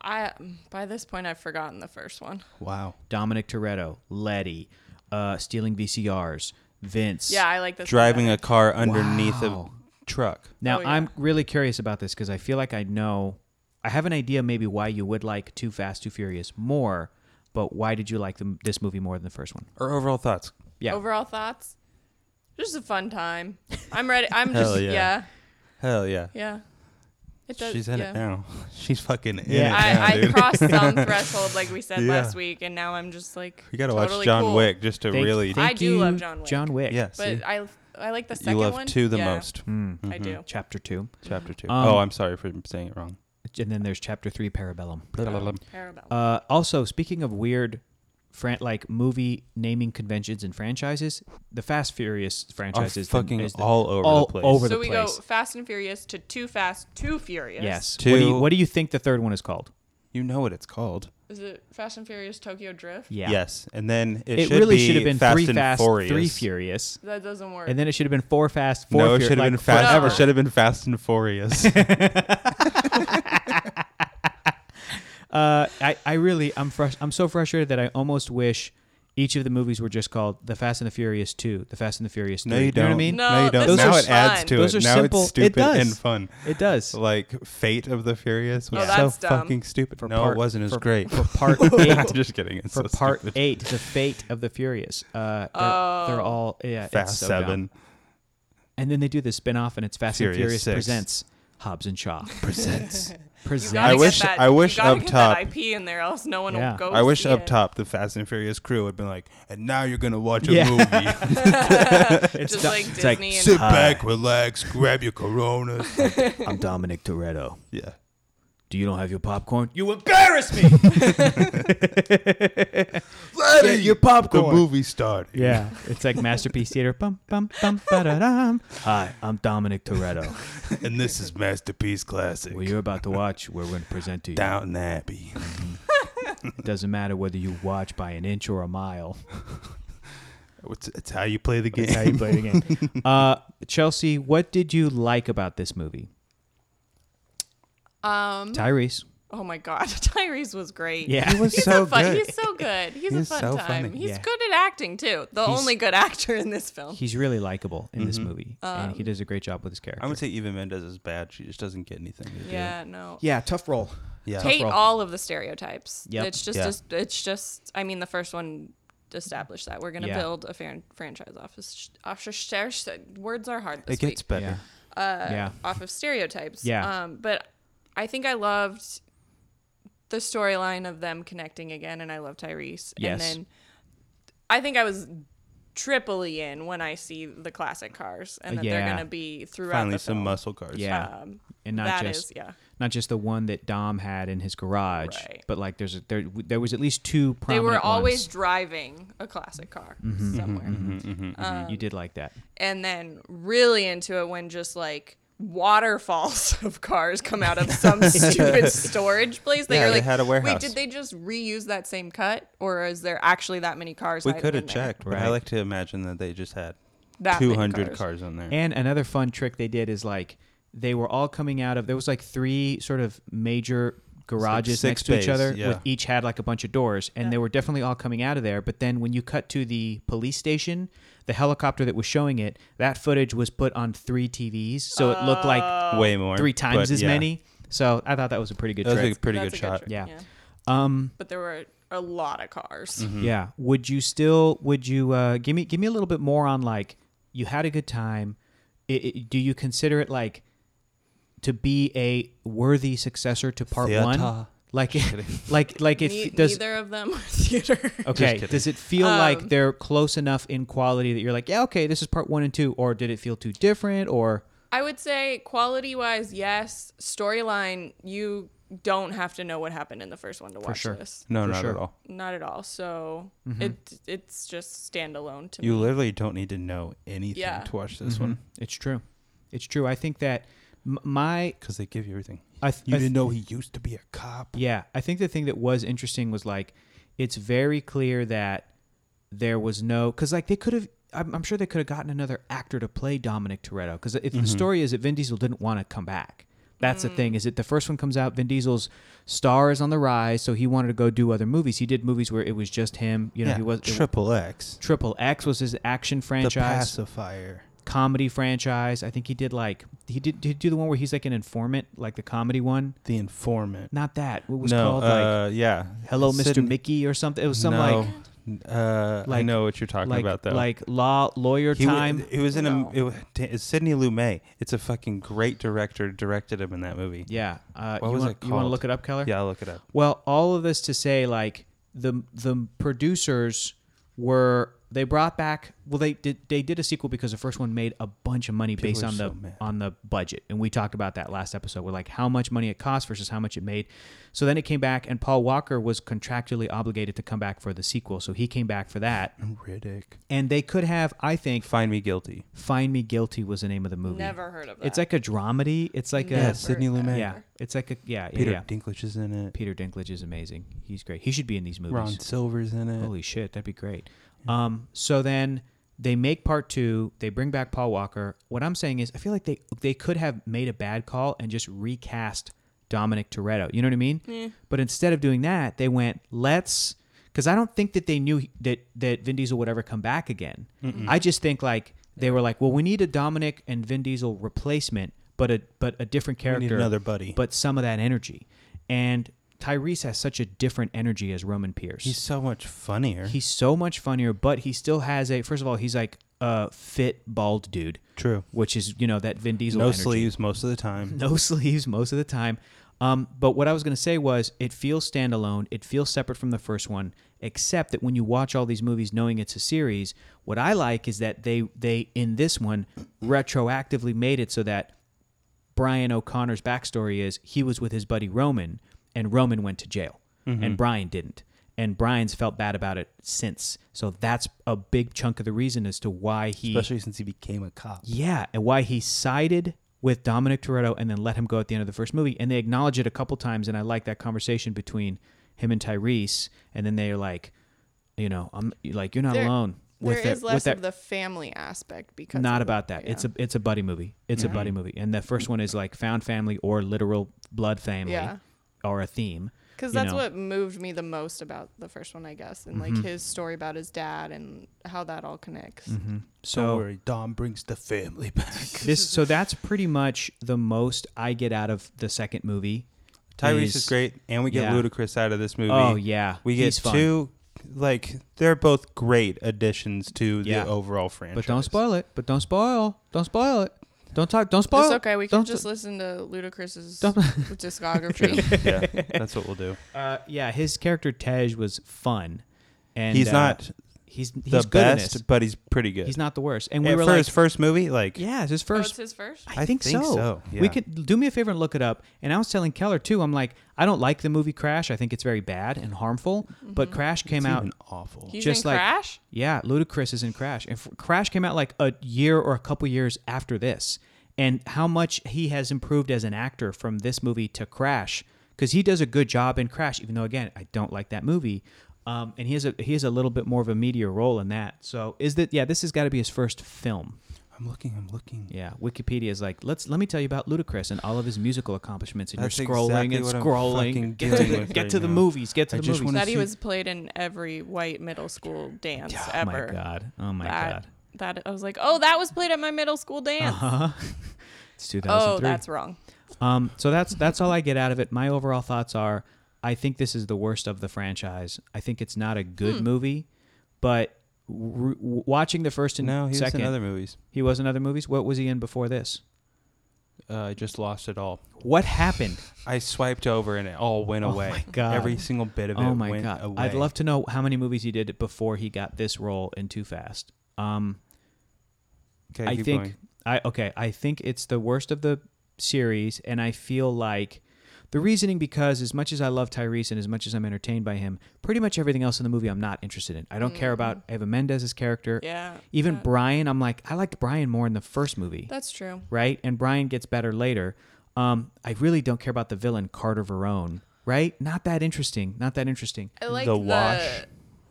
Speaker 2: I by this point I've forgotten the first one.
Speaker 1: Wow.
Speaker 3: Dominic Toretto, Letty, uh, stealing VCRs, Vince?
Speaker 2: Yeah, I like this. one
Speaker 1: Driving
Speaker 2: better.
Speaker 1: a car underneath
Speaker 3: Wow.
Speaker 1: a truck.
Speaker 3: Now
Speaker 2: Oh, yeah.
Speaker 3: I'm really curious about this because I feel like I know I have an idea maybe why you would like Too Fast Too Furious more, but why did you like the, this movie more than the first one?
Speaker 1: Or overall thoughts.
Speaker 3: Yeah.
Speaker 2: Overall thoughts? Just a fun time. I'm ready. I'm
Speaker 1: Hell
Speaker 2: just
Speaker 1: yeah.
Speaker 2: yeah. yeah,
Speaker 1: Hell yeah.
Speaker 2: It does.
Speaker 1: She's in
Speaker 2: yeah.
Speaker 1: it now. She's fucking in
Speaker 3: Yeah.
Speaker 1: it now,
Speaker 2: I, I
Speaker 1: dude.
Speaker 2: crossed some threshold like we said
Speaker 1: Yeah.
Speaker 2: last week, and now I'm just like
Speaker 1: you gotta
Speaker 2: totally
Speaker 1: watch John
Speaker 2: cool.
Speaker 1: Wick just to
Speaker 3: Thank-
Speaker 1: really.
Speaker 3: thank
Speaker 2: I do love John Wick.
Speaker 3: John Wick.
Speaker 1: yeah,
Speaker 2: But
Speaker 1: see?
Speaker 2: I I like the
Speaker 1: you
Speaker 2: second
Speaker 1: love
Speaker 2: one.
Speaker 1: two the
Speaker 2: Yeah,
Speaker 1: most. Mm-hmm.
Speaker 3: Mm.
Speaker 2: I do.
Speaker 3: Chapter two,
Speaker 1: Chapter two.
Speaker 3: Um,
Speaker 1: oh, I'm sorry for saying it wrong. Um,
Speaker 3: and then there's chapter three, Parabellum.
Speaker 1: Mm-hmm.
Speaker 2: Parabellum.
Speaker 3: Uh, also, speaking of weird, fran- like movie naming conventions and franchises, the Fast Furious
Speaker 1: Are
Speaker 3: franchise is the-
Speaker 1: fucking
Speaker 3: is the-
Speaker 1: all over
Speaker 3: all
Speaker 1: the place.
Speaker 3: over
Speaker 2: so
Speaker 3: the
Speaker 2: we
Speaker 3: place.
Speaker 2: go Fast and Furious to Too Fast, Too Furious.
Speaker 3: yes. What do, you,
Speaker 1: Two-
Speaker 3: what do you think the third one is called?
Speaker 1: You know what it's called.
Speaker 2: Is it Fast and Furious Tokyo Drift?
Speaker 3: Yeah.
Speaker 1: Yes, and then it,
Speaker 3: It,
Speaker 1: should
Speaker 3: really
Speaker 1: be
Speaker 3: should have been
Speaker 1: Fast
Speaker 3: three
Speaker 1: and
Speaker 3: fast,
Speaker 1: Furious.
Speaker 3: three furious.
Speaker 2: That doesn't work.
Speaker 3: And then it should have been four fast, four
Speaker 1: No, it
Speaker 3: furious.
Speaker 1: should have
Speaker 3: like,
Speaker 1: been fast.
Speaker 2: forever.
Speaker 1: It should have been Fast and Furious.
Speaker 3: Uh, I, I really, I'm frus- I'm so frustrated that I almost wish each of the movies were just called The Fast and the Furious Two, The Fast and the Furious Three.
Speaker 1: no, you
Speaker 3: know
Speaker 1: don't.
Speaker 3: what I mean?
Speaker 1: no, you
Speaker 2: No,
Speaker 1: don't.
Speaker 3: those
Speaker 1: now
Speaker 3: are
Speaker 1: it adds
Speaker 2: fun.
Speaker 1: to
Speaker 3: Those
Speaker 1: it.
Speaker 3: are
Speaker 1: now
Speaker 3: simple- it
Speaker 1: it's stupid
Speaker 3: does.
Speaker 1: and fun.
Speaker 3: It does.
Speaker 1: Like Fate of the Furious was
Speaker 2: Oh,
Speaker 1: so
Speaker 2: that's dumb.
Speaker 1: fucking stupid.
Speaker 3: For
Speaker 1: no,
Speaker 3: part-
Speaker 1: it wasn't. It was
Speaker 3: for-
Speaker 1: great.
Speaker 3: For part eight,
Speaker 1: just kidding. It's
Speaker 3: for
Speaker 1: so
Speaker 3: part
Speaker 1: stupid.
Speaker 3: eight, The Fate of the Furious. Uh, they're,
Speaker 1: Oh.
Speaker 3: they're all yeah, it's
Speaker 1: Fast
Speaker 3: so dumb.
Speaker 1: Seven
Speaker 3: and then they do the spin off and it's Fast
Speaker 1: Furious
Speaker 3: and Furious
Speaker 1: Six.
Speaker 3: presents Hobbs and Shaw
Speaker 1: presents.
Speaker 3: presents.
Speaker 1: gotta I wish-
Speaker 2: Get that,
Speaker 1: I wish
Speaker 2: you gotta
Speaker 1: up
Speaker 2: get
Speaker 1: top-
Speaker 2: That IP in there, else no one
Speaker 3: Yeah.
Speaker 2: will go.
Speaker 1: I wish
Speaker 2: see
Speaker 1: up
Speaker 2: it.
Speaker 1: top the Fast and Furious crew had been like, and now you're gonna watch a
Speaker 3: Yeah.
Speaker 1: movie.
Speaker 3: it's
Speaker 2: just
Speaker 3: do-
Speaker 2: like
Speaker 3: it's like,
Speaker 2: Disney
Speaker 1: Sit
Speaker 2: and
Speaker 1: back, relax, grab your Corona.
Speaker 3: I'm Dominic Toretto.
Speaker 1: yeah.
Speaker 3: Do you don't have your popcorn? You
Speaker 1: Embarrass me. Let
Speaker 3: your popcorn.
Speaker 1: The movie started.
Speaker 3: Yeah, it's like masterpiece theater. Bum bum bum ba da dum. Hi, I'm Dominic Toretto.
Speaker 1: and this is masterpiece classic.
Speaker 3: What you're about to watch, we're going to present to you.
Speaker 1: Downton Abbey.
Speaker 3: It doesn't matter whether you watch by an inch or a mile.
Speaker 1: It's, it's how you play the game.
Speaker 3: That's how you play the game. Uh, Chelsea, what did you like about this movie?
Speaker 2: um.
Speaker 3: Tyrese.
Speaker 2: Oh my God, Tyrese was great.
Speaker 3: Yeah.
Speaker 1: was
Speaker 2: He's so fun. He's so good. He's,
Speaker 1: He's
Speaker 2: a fun
Speaker 1: so
Speaker 2: time.
Speaker 1: funny.
Speaker 2: He's
Speaker 3: Yeah.
Speaker 2: good at acting too. The
Speaker 3: He's-
Speaker 2: only good actor in this film.
Speaker 3: He's really likable in this movie, and
Speaker 2: Um,
Speaker 3: he does a great job with his character.
Speaker 1: I would say Eva Mendes is bad. She just doesn't get anything. to do.
Speaker 2: yeah. No.
Speaker 3: yeah, tough role.
Speaker 1: Yeah.
Speaker 2: Hate
Speaker 3: role.
Speaker 2: all of the stereotypes.
Speaker 3: Yep.
Speaker 2: It's just,
Speaker 1: Yeah.
Speaker 2: just- It's just. I mean, the first one established that we're gonna
Speaker 3: Yeah.
Speaker 2: build a fran- franchise off of sh- off of sh- sh- words are hard this
Speaker 1: It gets
Speaker 2: week.
Speaker 1: better.
Speaker 3: Yeah.
Speaker 2: uh,
Speaker 3: Yeah.
Speaker 2: off of stereotypes.
Speaker 3: Yeah.
Speaker 2: Um, but I think I loved the storyline of them connecting again, and I love Tyrese.
Speaker 3: Yes.
Speaker 2: And then I think I was triply in when I see the classic cars, and that they're
Speaker 3: Yeah.
Speaker 2: going to be throughout
Speaker 1: Finally,
Speaker 2: the
Speaker 1: some
Speaker 2: film.
Speaker 1: muscle cars.
Speaker 3: Yeah,
Speaker 2: Um,
Speaker 3: and not
Speaker 2: that
Speaker 3: just
Speaker 2: is- yeah.
Speaker 3: not just the one that Dom had in his garage,
Speaker 2: Right.
Speaker 3: but like there's a, there there was at least two.
Speaker 2: They
Speaker 3: Prominent
Speaker 2: were always
Speaker 3: ones. Mm-hmm,
Speaker 2: driving a classic car somewhere. um,
Speaker 3: you did like that.
Speaker 2: and then really into it when just like waterfalls of cars come out of some stupid storage place that
Speaker 1: Yeah,
Speaker 2: you're
Speaker 1: they
Speaker 2: like
Speaker 1: had a warehouse."
Speaker 2: wait did they just reuse that same cut or is there actually that many cars
Speaker 1: We
Speaker 2: hiding
Speaker 1: could have
Speaker 2: in there?
Speaker 1: checked, but I
Speaker 3: Right.
Speaker 1: like to imagine that they just had
Speaker 2: That many
Speaker 1: 200
Speaker 2: cars.
Speaker 1: cars. on there.
Speaker 3: And another fun trick they did is like they were all coming out of there was like three sort of major garages
Speaker 1: six
Speaker 3: next to each
Speaker 1: bays,
Speaker 3: other
Speaker 1: yeah.
Speaker 3: with each had like a bunch of doors and they were definitely all coming out of there but then when you cut to the police station the helicopter that was showing it that footage was put on three TVs so it looked
Speaker 2: Oh. Uh,
Speaker 3: like
Speaker 1: Way more.
Speaker 3: three times
Speaker 1: but
Speaker 3: as
Speaker 1: yeah.
Speaker 3: many so I thought that was a pretty good
Speaker 1: That was
Speaker 3: trick
Speaker 1: a pretty
Speaker 2: That's
Speaker 1: good
Speaker 2: a
Speaker 1: shot.
Speaker 2: trick,
Speaker 3: Yeah.
Speaker 2: um but there were a lot of cars
Speaker 1: Mm-hmm.
Speaker 4: Hmm.
Speaker 3: Yeah. Would you still? Would you uh, give me give me a little bit more on like you had a good time? I i do you consider it like to be a worthy successor to part one?
Speaker 1: Theater.
Speaker 3: Like, like, like, if
Speaker 2: Ne-
Speaker 3: does Oh.
Speaker 2: neither Um, of them were theater.
Speaker 3: Okay.
Speaker 4: kidding.
Speaker 3: Does it feel like they're close enough in quality that you're like, yeah, okay, this is part one and two, or did it feel too different, or
Speaker 2: I would say quality wise, yes. Storyline, you don't have to know what happened in the first one to watch
Speaker 3: sure. Mm-hmm.
Speaker 2: this.
Speaker 4: No,
Speaker 3: For
Speaker 4: not at
Speaker 3: sure.
Speaker 4: all.
Speaker 2: Not at all. So it it's just standalone to
Speaker 4: You
Speaker 2: me.
Speaker 4: literally don't need to know anything
Speaker 2: Yeah.
Speaker 4: to watch
Speaker 3: Mm-hmm.
Speaker 4: this one. 'Cause one
Speaker 3: it's true, it's true. I think that m- my,
Speaker 4: because they give you everything.
Speaker 3: I, th-
Speaker 4: You
Speaker 3: I th-
Speaker 4: didn't know he used to be a cop.
Speaker 3: yeah, I think the thing that was interesting was like, it's very clear that there was no because like they could have. I'm, I'm sure they could have gotten another actor to play Dominic Toretto because if
Speaker 4: Mm-hmm.
Speaker 3: the story is that Vin Diesel didn't want to come back. That's the thing is that the first one comes out, Vin Diesel's star is on the rise, so he wanted to go do other movies. He did movies where it was just him, you know, he was it-
Speaker 4: Triple X,
Speaker 3: Triple X was his action
Speaker 4: the
Speaker 3: franchise,
Speaker 4: pacifier.
Speaker 3: comedy franchise. I think he did like he did, did he do the one where he's like an informant, like the comedy one.
Speaker 4: The Informant.
Speaker 3: Not that. What was
Speaker 4: no,
Speaker 3: called like
Speaker 4: uh, yeah.
Speaker 3: Hello,
Speaker 4: Sidney-
Speaker 3: Mr. Mickey or something. It was some like
Speaker 4: no, uh, I
Speaker 3: like-
Speaker 4: know what you're talking
Speaker 3: like
Speaker 4: about though.
Speaker 3: like law lawyer
Speaker 4: he
Speaker 3: time.
Speaker 4: W- it was in
Speaker 2: No.
Speaker 4: a. It, wa- da- it's Sidney Lumet. It's a fucking great director. Directed him in that movie.
Speaker 3: yeah. Uh,
Speaker 4: What
Speaker 3: you
Speaker 4: was
Speaker 3: want,
Speaker 4: it
Speaker 3: You want to
Speaker 4: called?
Speaker 3: look it up, Keller?
Speaker 4: Yeah, I'll look it up.
Speaker 3: Well, all of this to say, like the the producers were they brought back. Well, they did they did a sequel because the first one made a bunch of money based
Speaker 4: are
Speaker 3: on
Speaker 4: so
Speaker 3: the
Speaker 4: mad.
Speaker 3: on the budget, and we talked about that last episode. We're like how much money it cost versus how much it made. So then it came back, and Paul Walker was contractually obligated to come back for the sequel, so he came back for that.
Speaker 4: Riddick.
Speaker 3: And they could have, I think,
Speaker 4: Find me guilty.
Speaker 3: "Find Me Guilty" was the name of the movie.
Speaker 2: Never heard of that.
Speaker 3: It's like a dramedy. It's like
Speaker 4: Yeah,
Speaker 2: Never.
Speaker 4: Sidney
Speaker 3: a
Speaker 4: Lumet.
Speaker 3: yeah. It's like a yeah yeah,
Speaker 4: Peter
Speaker 3: yeah.
Speaker 4: Dinklage is in it.
Speaker 3: Peter Dinklage is amazing. He's great. He should be in these movies.
Speaker 4: Ron Silver's in it.
Speaker 3: Holy shit, that'd be great. Um, so then they make part two. They bring back Paul Walker. What I'm saying is, I feel like they they could have made a bad call and just recast Dominic Toretto. You know what I mean? But instead of doing that, they went let's because I don't think that they knew he- that that Vin Diesel would ever come back again. I just think like they were like, well, we need a Dominic and Vin Diesel replacement, but a but a different character,
Speaker 4: another buddy.
Speaker 3: but some of that energy. And Tyrese has such a different energy as Roman Pierce.
Speaker 4: He's so much funnier.
Speaker 3: He's so much funnier, but he still has a. First of all, he's like a fit bald dude,
Speaker 4: True.
Speaker 3: which is you know that Vin Diesel
Speaker 4: No
Speaker 3: energy.
Speaker 4: sleeves most of the time.
Speaker 3: no sleeves most of the time. Um, but what I was gonna say was, it feels standalone. It feels separate from the first one, except that when you watch all these movies, knowing it's a series, what I like is that they they in this one retroactively made it so that Brian O'Connor's backstory is he was with his buddy Roman, and Roman went to jail, and Brian didn't. And Brian's felt bad about it since. So that's a big chunk of the reason as to why he.
Speaker 4: Especially since he became a cop.
Speaker 3: Yeah, and why he sided with Dominic Toretto and then let him go at the end of the first movie. And they acknowledge it a couple times. And I like that conversation between him and Tyrese. And then they're like, you know, I'm like, you're not
Speaker 2: There-
Speaker 3: alone.
Speaker 2: there
Speaker 3: that-
Speaker 2: is less
Speaker 3: that-
Speaker 2: of the family aspect because
Speaker 3: not
Speaker 2: of
Speaker 3: about
Speaker 2: it.
Speaker 3: that.
Speaker 2: Yeah. Mm-hmm.
Speaker 3: It's a it's a buddy movie. It's a buddy movie. And the first one is like found family or literal blood family
Speaker 2: Yeah.
Speaker 3: or a theme.
Speaker 2: Because
Speaker 3: you
Speaker 2: that's
Speaker 3: know. Mm-hmm.
Speaker 2: what moved me the most about the first one, I guess, and like his story about his dad and how that all connects.
Speaker 3: Mm.
Speaker 4: Mm-hmm. Don't
Speaker 3: So
Speaker 4: worry, Dom brings the family back.
Speaker 3: this so that's pretty much the most I get out of the second movie.
Speaker 4: Tyrese is, great, and we get
Speaker 3: yeah.
Speaker 4: Ludacris out of this movie.
Speaker 3: Oh yeah.
Speaker 4: we
Speaker 3: He's
Speaker 4: get
Speaker 3: fun.
Speaker 4: two. Like they're both great additions to
Speaker 3: Yeah.
Speaker 4: the overall franchise.
Speaker 3: But don't spoil it. But don't spoil. Don't spoil it. Don't talk. Don't spoil.
Speaker 2: it's okay. We can
Speaker 3: don't-
Speaker 2: just listen to Ludacris's
Speaker 3: Don't-
Speaker 2: discography.
Speaker 4: yeah, that's what we'll do.
Speaker 3: Uh, yeah, his character Tej was fun, and
Speaker 4: he's
Speaker 3: uh,
Speaker 4: not
Speaker 3: He's he's
Speaker 4: the
Speaker 3: good in this.
Speaker 4: best, but he's pretty good.
Speaker 3: He's not the worst. And we
Speaker 4: At
Speaker 3: were
Speaker 4: for his first movie, like
Speaker 3: like, yeah, it's his
Speaker 2: oh,
Speaker 3: first.
Speaker 2: it's his first.
Speaker 3: I think,
Speaker 4: think
Speaker 3: so.
Speaker 4: so, yeah.
Speaker 3: We could do me a favor and look it up. And I was telling Keller too. I'm like, I don't like the movie Crash. I think it's very bad and harmful.
Speaker 2: Mm-hmm.
Speaker 3: But Crash came
Speaker 4: it's
Speaker 3: out.
Speaker 4: even awful.
Speaker 2: He's
Speaker 3: just
Speaker 2: in
Speaker 3: like-
Speaker 2: Crash.
Speaker 3: Yeah, Ludacris is in Crash, and F- Crash came out like a year or a couple years after this. And how much he has improved as an actor from this movie to Crash, because he does a good job in Crash, even though again I don't like that movie. Um, and he has a he has a little bit more of a media role in that. So is that yeah? This has got to be his first film.
Speaker 4: I'm looking. I'm looking.
Speaker 3: Yeah, Wikipedia is like let's let me tell you about Ludacris and all of his musical accomplishments. And
Speaker 4: That's
Speaker 3: you're scrolling
Speaker 4: exactly
Speaker 3: and
Speaker 4: what I'm
Speaker 3: scrolling.
Speaker 4: fucking
Speaker 3: Get to
Speaker 4: dealing
Speaker 3: the,
Speaker 4: with
Speaker 3: get
Speaker 4: right
Speaker 3: to the
Speaker 4: now.
Speaker 3: movies. Get to
Speaker 4: I
Speaker 3: the
Speaker 4: just
Speaker 3: movies.
Speaker 4: wanna
Speaker 2: That he
Speaker 4: see-
Speaker 2: was played in every white middle school dance
Speaker 3: oh
Speaker 2: ever.
Speaker 3: my god! Oh my
Speaker 2: that,
Speaker 3: god!
Speaker 2: that I was like, oh, that was played at my middle school dance.
Speaker 3: Uh huh. it's 2003.
Speaker 2: Oh, that's wrong.
Speaker 3: Um, so that's that's all I get out of it. My overall thoughts are: I think this is the worst of the franchise. I think it's not a good
Speaker 2: Hmm.
Speaker 3: movie, but re- watching the first and
Speaker 4: No, he was
Speaker 3: second,
Speaker 4: in other movies.
Speaker 3: he was in other movies. What was he in before this?
Speaker 1: uh, just lost it all.
Speaker 3: What happened?
Speaker 1: I swiped over and it all went
Speaker 3: Oh
Speaker 1: away.
Speaker 3: my God.
Speaker 1: Every single bit of it
Speaker 3: Oh my
Speaker 1: went
Speaker 3: god!
Speaker 1: away.
Speaker 3: I'd love to know how many movies he did before he got this role in Too Fast. Um,
Speaker 1: Okay,
Speaker 3: I
Speaker 1: keep
Speaker 3: think
Speaker 1: going.
Speaker 3: I okay. I think it's the worst of the series, and I feel like the reasoning because as much as I love Tyrese and as much as I'm entertained by him, pretty much everything else in the movie I'm not interested in. I don't care about Eva Mendez's character.
Speaker 2: Mm. Yeah.
Speaker 3: Even
Speaker 2: that-
Speaker 3: Brian, I'm like I liked Brian more in the first movie,
Speaker 2: That's true.
Speaker 3: right? And Brian gets better later. Um, I really don't care about the villain Carter Verone, right? Not that interesting. Not that interesting.
Speaker 2: I like
Speaker 1: The
Speaker 2: the,
Speaker 1: wash.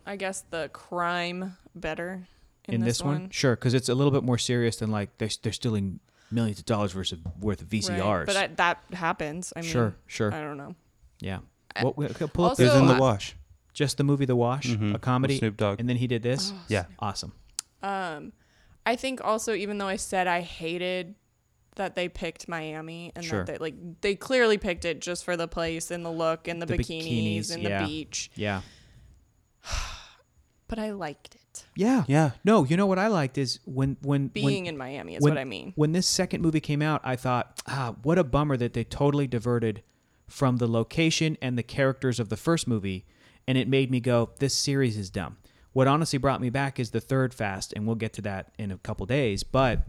Speaker 2: I guess the crime better in,
Speaker 3: in, this, one? Sure, because it's a little bit more serious than like they're they're stealing millions of dollars worth of worth of
Speaker 2: Right.
Speaker 3: VCRs.
Speaker 2: But that, that happens. I mean,
Speaker 3: sure, sure,
Speaker 2: I don't know.
Speaker 3: yeah.
Speaker 2: I-
Speaker 3: What, okay, pull
Speaker 2: also-
Speaker 3: up
Speaker 1: It was in
Speaker 2: So
Speaker 1: the
Speaker 2: I-
Speaker 1: wash.
Speaker 3: just the movie The Wash,
Speaker 1: Mhm.
Speaker 3: a
Speaker 1: With
Speaker 3: comedy,
Speaker 1: Snoop Dogg.
Speaker 3: and then he did this.
Speaker 2: Oh,
Speaker 1: Yeah.
Speaker 3: Awesome.
Speaker 2: Um, I think also even though I said I hated that they picked Miami and
Speaker 3: Sure.
Speaker 2: that they like they clearly picked it just for the place and the look and the,
Speaker 3: The
Speaker 2: bikinis,
Speaker 3: bikinis,
Speaker 2: and
Speaker 3: yeah.
Speaker 2: the beach,
Speaker 3: Yeah.
Speaker 2: but I liked it.
Speaker 3: Yeah.
Speaker 1: Yeah.
Speaker 3: No, you know what I liked is when when
Speaker 2: Being
Speaker 3: when,
Speaker 2: in Miami is
Speaker 3: when-
Speaker 2: what I mean.
Speaker 3: When this second movie came out, I thought, ah, what a bummer that they totally diverted from the location and the characters of the first movie. And it made me go, this series is dumb. What honestly brought me back is the third fast, and we'll get to that in a couple days. But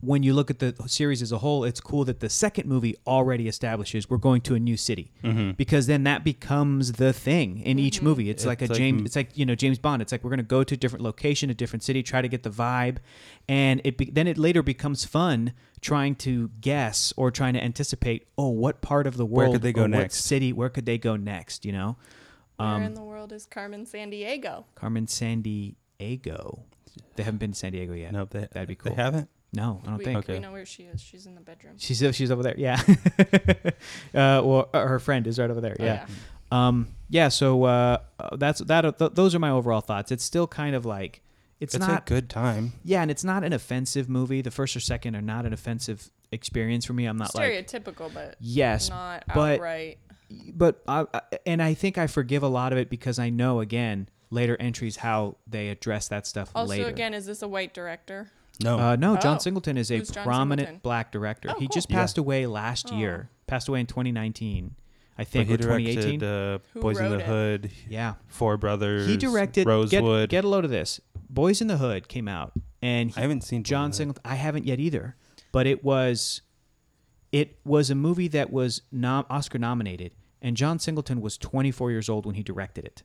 Speaker 3: when you look at the series as a whole, it's cool that the second movie already establishes we're going to a new city because then that becomes the thing in
Speaker 2: Mm-hmm.
Speaker 3: each movie. It's, like a
Speaker 1: Mm-hmm. It's like-
Speaker 3: James, it's like you know James Bond. It's like we're going to go to a different location, a different city, try to get the vibe, and it be, then it later becomes fun trying to guess or trying to anticipate. Oh, what part of the world?
Speaker 1: Where could they go
Speaker 3: or What
Speaker 1: next?
Speaker 3: city? Where could they go next? You know, um,
Speaker 2: Where in the world is Carmen San Diego?
Speaker 3: Carmen San Diego. They haven't been to San Diego yet.
Speaker 1: No, they,
Speaker 3: That'd be cool.
Speaker 1: They haven't.
Speaker 3: No, I don't
Speaker 2: we,
Speaker 3: think.
Speaker 1: Okay.
Speaker 2: we know where she is. She's in the bedroom.
Speaker 3: She's oh, she's over there. Yeah. uh, well, uh, her friend is right over there.
Speaker 2: Oh,
Speaker 3: yeah. Um. Yeah. So uh, uh, that's that. Th- those are my overall thoughts. It's still kind of like it's,
Speaker 1: It's,
Speaker 3: not.
Speaker 1: a good time.
Speaker 3: yeah, and it's not an offensive movie. The first or second are not an offensive experience for me. I'm not like
Speaker 2: Stereotypical, but
Speaker 3: yes,
Speaker 2: not
Speaker 3: but-
Speaker 2: outright.
Speaker 3: but I, I- and I think I forgive a lot of it because I know again later entries how they address that stuff
Speaker 2: Also,
Speaker 3: later.
Speaker 2: again, is this a white director?
Speaker 1: No.
Speaker 3: Uh, no, John
Speaker 2: Oh.
Speaker 3: Singleton is a
Speaker 2: Who's John
Speaker 3: prominent
Speaker 2: Singleton?
Speaker 3: black director.
Speaker 2: Oh,
Speaker 3: he
Speaker 2: cool.
Speaker 3: just
Speaker 1: Yeah.
Speaker 3: passed away last
Speaker 2: Oh.
Speaker 3: year. Passed away in 2019, I
Speaker 1: but
Speaker 3: think,
Speaker 1: he
Speaker 3: or 2018.
Speaker 1: directed uh,
Speaker 2: Who
Speaker 1: Boys in
Speaker 2: wrote
Speaker 1: the
Speaker 2: it?
Speaker 1: Hood,
Speaker 3: yeah,
Speaker 1: Four Brothers.
Speaker 3: he directed.
Speaker 1: Rosewood.
Speaker 3: Get, get a load of this. Boys in the Hood came out, and he,
Speaker 1: I haven't seen Boys in
Speaker 3: John
Speaker 1: the Hood.
Speaker 3: Singleton. I haven't yet either, but it was, it was a movie that was nom- Oscar nominated, and John Singleton was 24 years old when he directed it,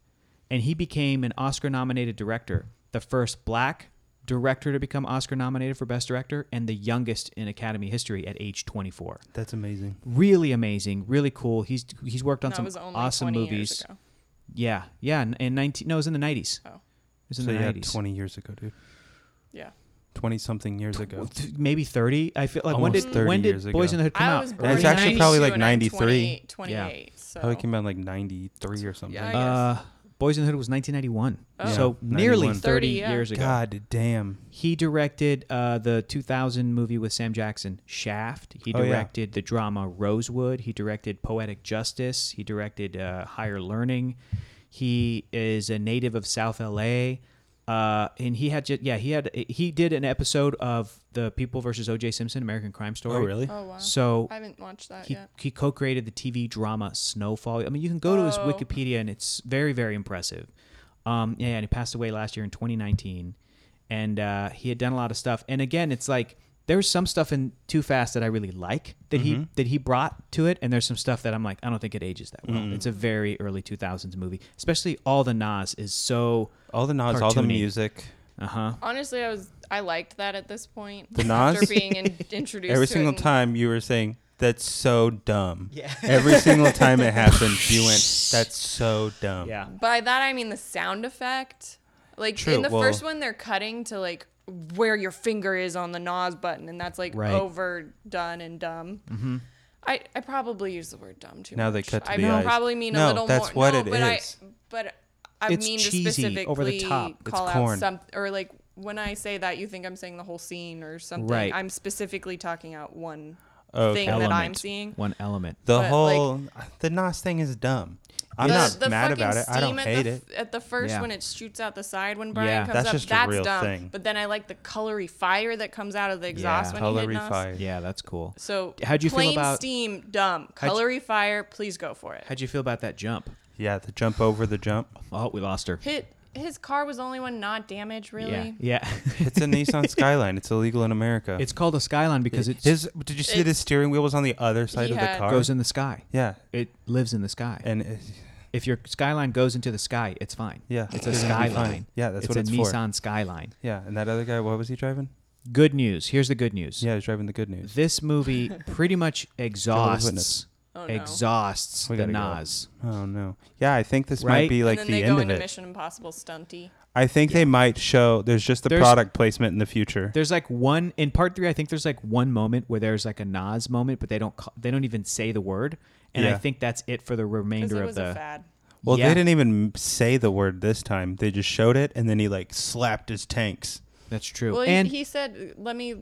Speaker 3: and he became an Oscar nominated director, the first black director to become Oscar nominated for best director, and the youngest in Academy history at age 24.
Speaker 1: That's amazing.
Speaker 3: Really amazing, really cool. He's he's worked on
Speaker 2: That
Speaker 3: some
Speaker 2: was only
Speaker 3: awesome
Speaker 2: 20
Speaker 3: movies.
Speaker 2: Years ago.
Speaker 3: Yeah, yeah, in, in 19 no, it was in the 90s.
Speaker 2: Oh.
Speaker 3: It was in
Speaker 1: so
Speaker 3: the
Speaker 1: yeah,
Speaker 3: 90s.
Speaker 1: twenty years ago, dude.
Speaker 2: Yeah.
Speaker 1: Twenty something years
Speaker 3: Well,
Speaker 1: ago.
Speaker 3: th- maybe 30. I feel like when
Speaker 1: Almost
Speaker 3: did
Speaker 1: 30
Speaker 3: when did
Speaker 1: years
Speaker 3: Boys
Speaker 1: ago.
Speaker 3: in the Hood come
Speaker 2: I
Speaker 3: out?
Speaker 2: was born
Speaker 1: That's
Speaker 2: in
Speaker 1: actually probably
Speaker 2: 92,
Speaker 1: like
Speaker 2: and I'm
Speaker 1: 93.
Speaker 2: 28, 28 so.
Speaker 1: Probably came out in, like ninety three or something.
Speaker 2: Yeah, I-
Speaker 3: uh, Boys in the Hood was 1991.
Speaker 2: Oh.
Speaker 3: So
Speaker 1: Yeah,
Speaker 3: nearly
Speaker 1: 91.
Speaker 3: 30
Speaker 2: 30, yeah.
Speaker 3: years ago.
Speaker 1: God damn.
Speaker 3: He directed uh, the 2000 movie with Sam Jackson, Shaft. He
Speaker 1: Oh, yeah.
Speaker 3: directed the drama Rosewood. He directed Poetic Justice. He directed uh, Higher Learning. He is a native of South LA. Uh, and he had, ju- yeah, he had, he did an episode of the People versus O.J. Simpson American Crime Story.
Speaker 2: Oh wow.
Speaker 3: So
Speaker 2: I haven't watched that
Speaker 3: he,
Speaker 2: yet.
Speaker 3: he co-created the TV drama Snowfall. I mean, you can go to his
Speaker 2: Oh.
Speaker 3: Wikipedia, and it's very, very impressive. Um, yeah, and he passed away last year in 2019, and uh, he had done a lot of stuff. And again, it's like there's some stuff in Too Fast that I really like that he that he brought to it, and there's some stuff that I'm like, I don't think it ages that well. It's a very early 2000s movie, especially all the Nas is so
Speaker 1: All the nods, all the
Speaker 3: Cartoony.
Speaker 1: music.
Speaker 3: uh huh.
Speaker 2: Honestly, I was I liked that at this point.
Speaker 1: The
Speaker 2: after
Speaker 1: Nas?
Speaker 2: being in, introduced
Speaker 1: Every
Speaker 2: to
Speaker 1: single
Speaker 2: it and-
Speaker 1: time you were saying, that's so dumb. Yeah. Every single time it happened, you went, that's so dumb.
Speaker 3: Yeah,
Speaker 2: By that I mean the sound effect. Like
Speaker 1: True,
Speaker 2: in the
Speaker 1: well-
Speaker 2: first one, they're cutting to like where your finger is on the Nas button, and that's like
Speaker 3: Right.
Speaker 2: overdone and dumb. I, I probably use the word dumb
Speaker 1: Mm-hmm.
Speaker 2: too
Speaker 1: Now
Speaker 2: much.
Speaker 1: they cut to
Speaker 2: I
Speaker 1: the eyes.
Speaker 2: probably mean
Speaker 1: No,
Speaker 2: a little
Speaker 1: that's
Speaker 2: more.
Speaker 1: what it
Speaker 2: but
Speaker 1: is.
Speaker 2: I, but I
Speaker 3: It's
Speaker 2: mean
Speaker 3: cheesy,
Speaker 2: to specifically
Speaker 3: over the top. It's
Speaker 2: call out
Speaker 1: corn.
Speaker 2: some or like when I say that, you think I'm saying the whole scene or something.
Speaker 3: Right.
Speaker 2: I'm specifically talking out one
Speaker 1: Okay.
Speaker 2: thing that I'm
Speaker 3: Element.
Speaker 2: seeing.
Speaker 3: One element.
Speaker 1: The
Speaker 2: but, like-
Speaker 1: whole the Nas thing is dumb. I'm
Speaker 2: the,
Speaker 1: not
Speaker 2: the
Speaker 1: mad
Speaker 2: fucking
Speaker 1: about it. I don't
Speaker 2: steam at
Speaker 1: hate
Speaker 2: the,
Speaker 1: it.
Speaker 2: f- At the first,
Speaker 3: Yeah.
Speaker 2: when it shoots out the side when Brian
Speaker 3: Yeah.
Speaker 2: comes
Speaker 1: That's
Speaker 2: up,
Speaker 1: just a
Speaker 2: that's
Speaker 1: real
Speaker 2: dumb.
Speaker 1: thing.
Speaker 2: But then I like the colory fire that comes out of the exhaust when he
Speaker 1: Colory
Speaker 2: hit Nas.
Speaker 1: fire.
Speaker 3: Yeah, that's cool.
Speaker 2: So
Speaker 3: How'd you feel
Speaker 2: plain
Speaker 3: about-
Speaker 2: steam? Dumb.
Speaker 3: How'd you-
Speaker 2: Colory fire. Please go for it.
Speaker 3: How'd you feel about that jump?
Speaker 1: Yeah, the jump over the jump.
Speaker 3: Oh, we lost her.
Speaker 2: Hit. His car was the only one not damaged, really.
Speaker 3: Yeah. Yeah.
Speaker 1: It's a Nissan Skyline. It's illegal in America.
Speaker 3: it's called a skyline because it
Speaker 1: his. Did you see
Speaker 2: It's-
Speaker 1: the steering wheel was on the other side of the
Speaker 2: had-
Speaker 1: car?
Speaker 3: goes in the sky.
Speaker 1: yeah,
Speaker 3: It lives in the sky.
Speaker 1: and uh, it,
Speaker 3: if your skyline goes into the sky, it's fine.
Speaker 1: yeah,
Speaker 3: It's a
Speaker 1: gonna be fine.
Speaker 3: skyline.
Speaker 1: Yeah, that's
Speaker 3: it's
Speaker 1: what
Speaker 3: a
Speaker 1: it's for.
Speaker 3: Nissan Skyline.
Speaker 1: Yeah, and that other guy, what was he driving?
Speaker 3: Good news. Here's the good news.
Speaker 1: Yeah, he's driving the good news.
Speaker 3: This movie pretty much exhausts
Speaker 1: Witness.
Speaker 2: Oh, no.
Speaker 3: exhausts
Speaker 1: We
Speaker 3: the
Speaker 1: gotta go.
Speaker 3: Nas.
Speaker 1: Oh no. Yeah, I think this
Speaker 3: Right?
Speaker 1: might be like
Speaker 2: and then
Speaker 1: the
Speaker 2: they
Speaker 1: end
Speaker 2: go
Speaker 1: of
Speaker 2: into
Speaker 1: it.
Speaker 2: Mission Impossible stunty.
Speaker 1: I think they might show. There's just the
Speaker 3: There's-
Speaker 1: product placement in the future.
Speaker 3: There's like one in part three. I think there's like one moment where there's like a Nas moment, but they don't call, they don't even say the word, and I
Speaker 1: Yeah.
Speaker 3: think that's it for the
Speaker 2: Because
Speaker 3: remainder
Speaker 2: it
Speaker 3: of
Speaker 2: was
Speaker 3: the.
Speaker 2: a fad.
Speaker 1: Well,
Speaker 3: Yeah.
Speaker 1: they didn't even say the word this time. They just showed it, and then he like slapped his tanks.
Speaker 3: That's true.
Speaker 2: Well,
Speaker 3: and
Speaker 2: he, he said, "Let me."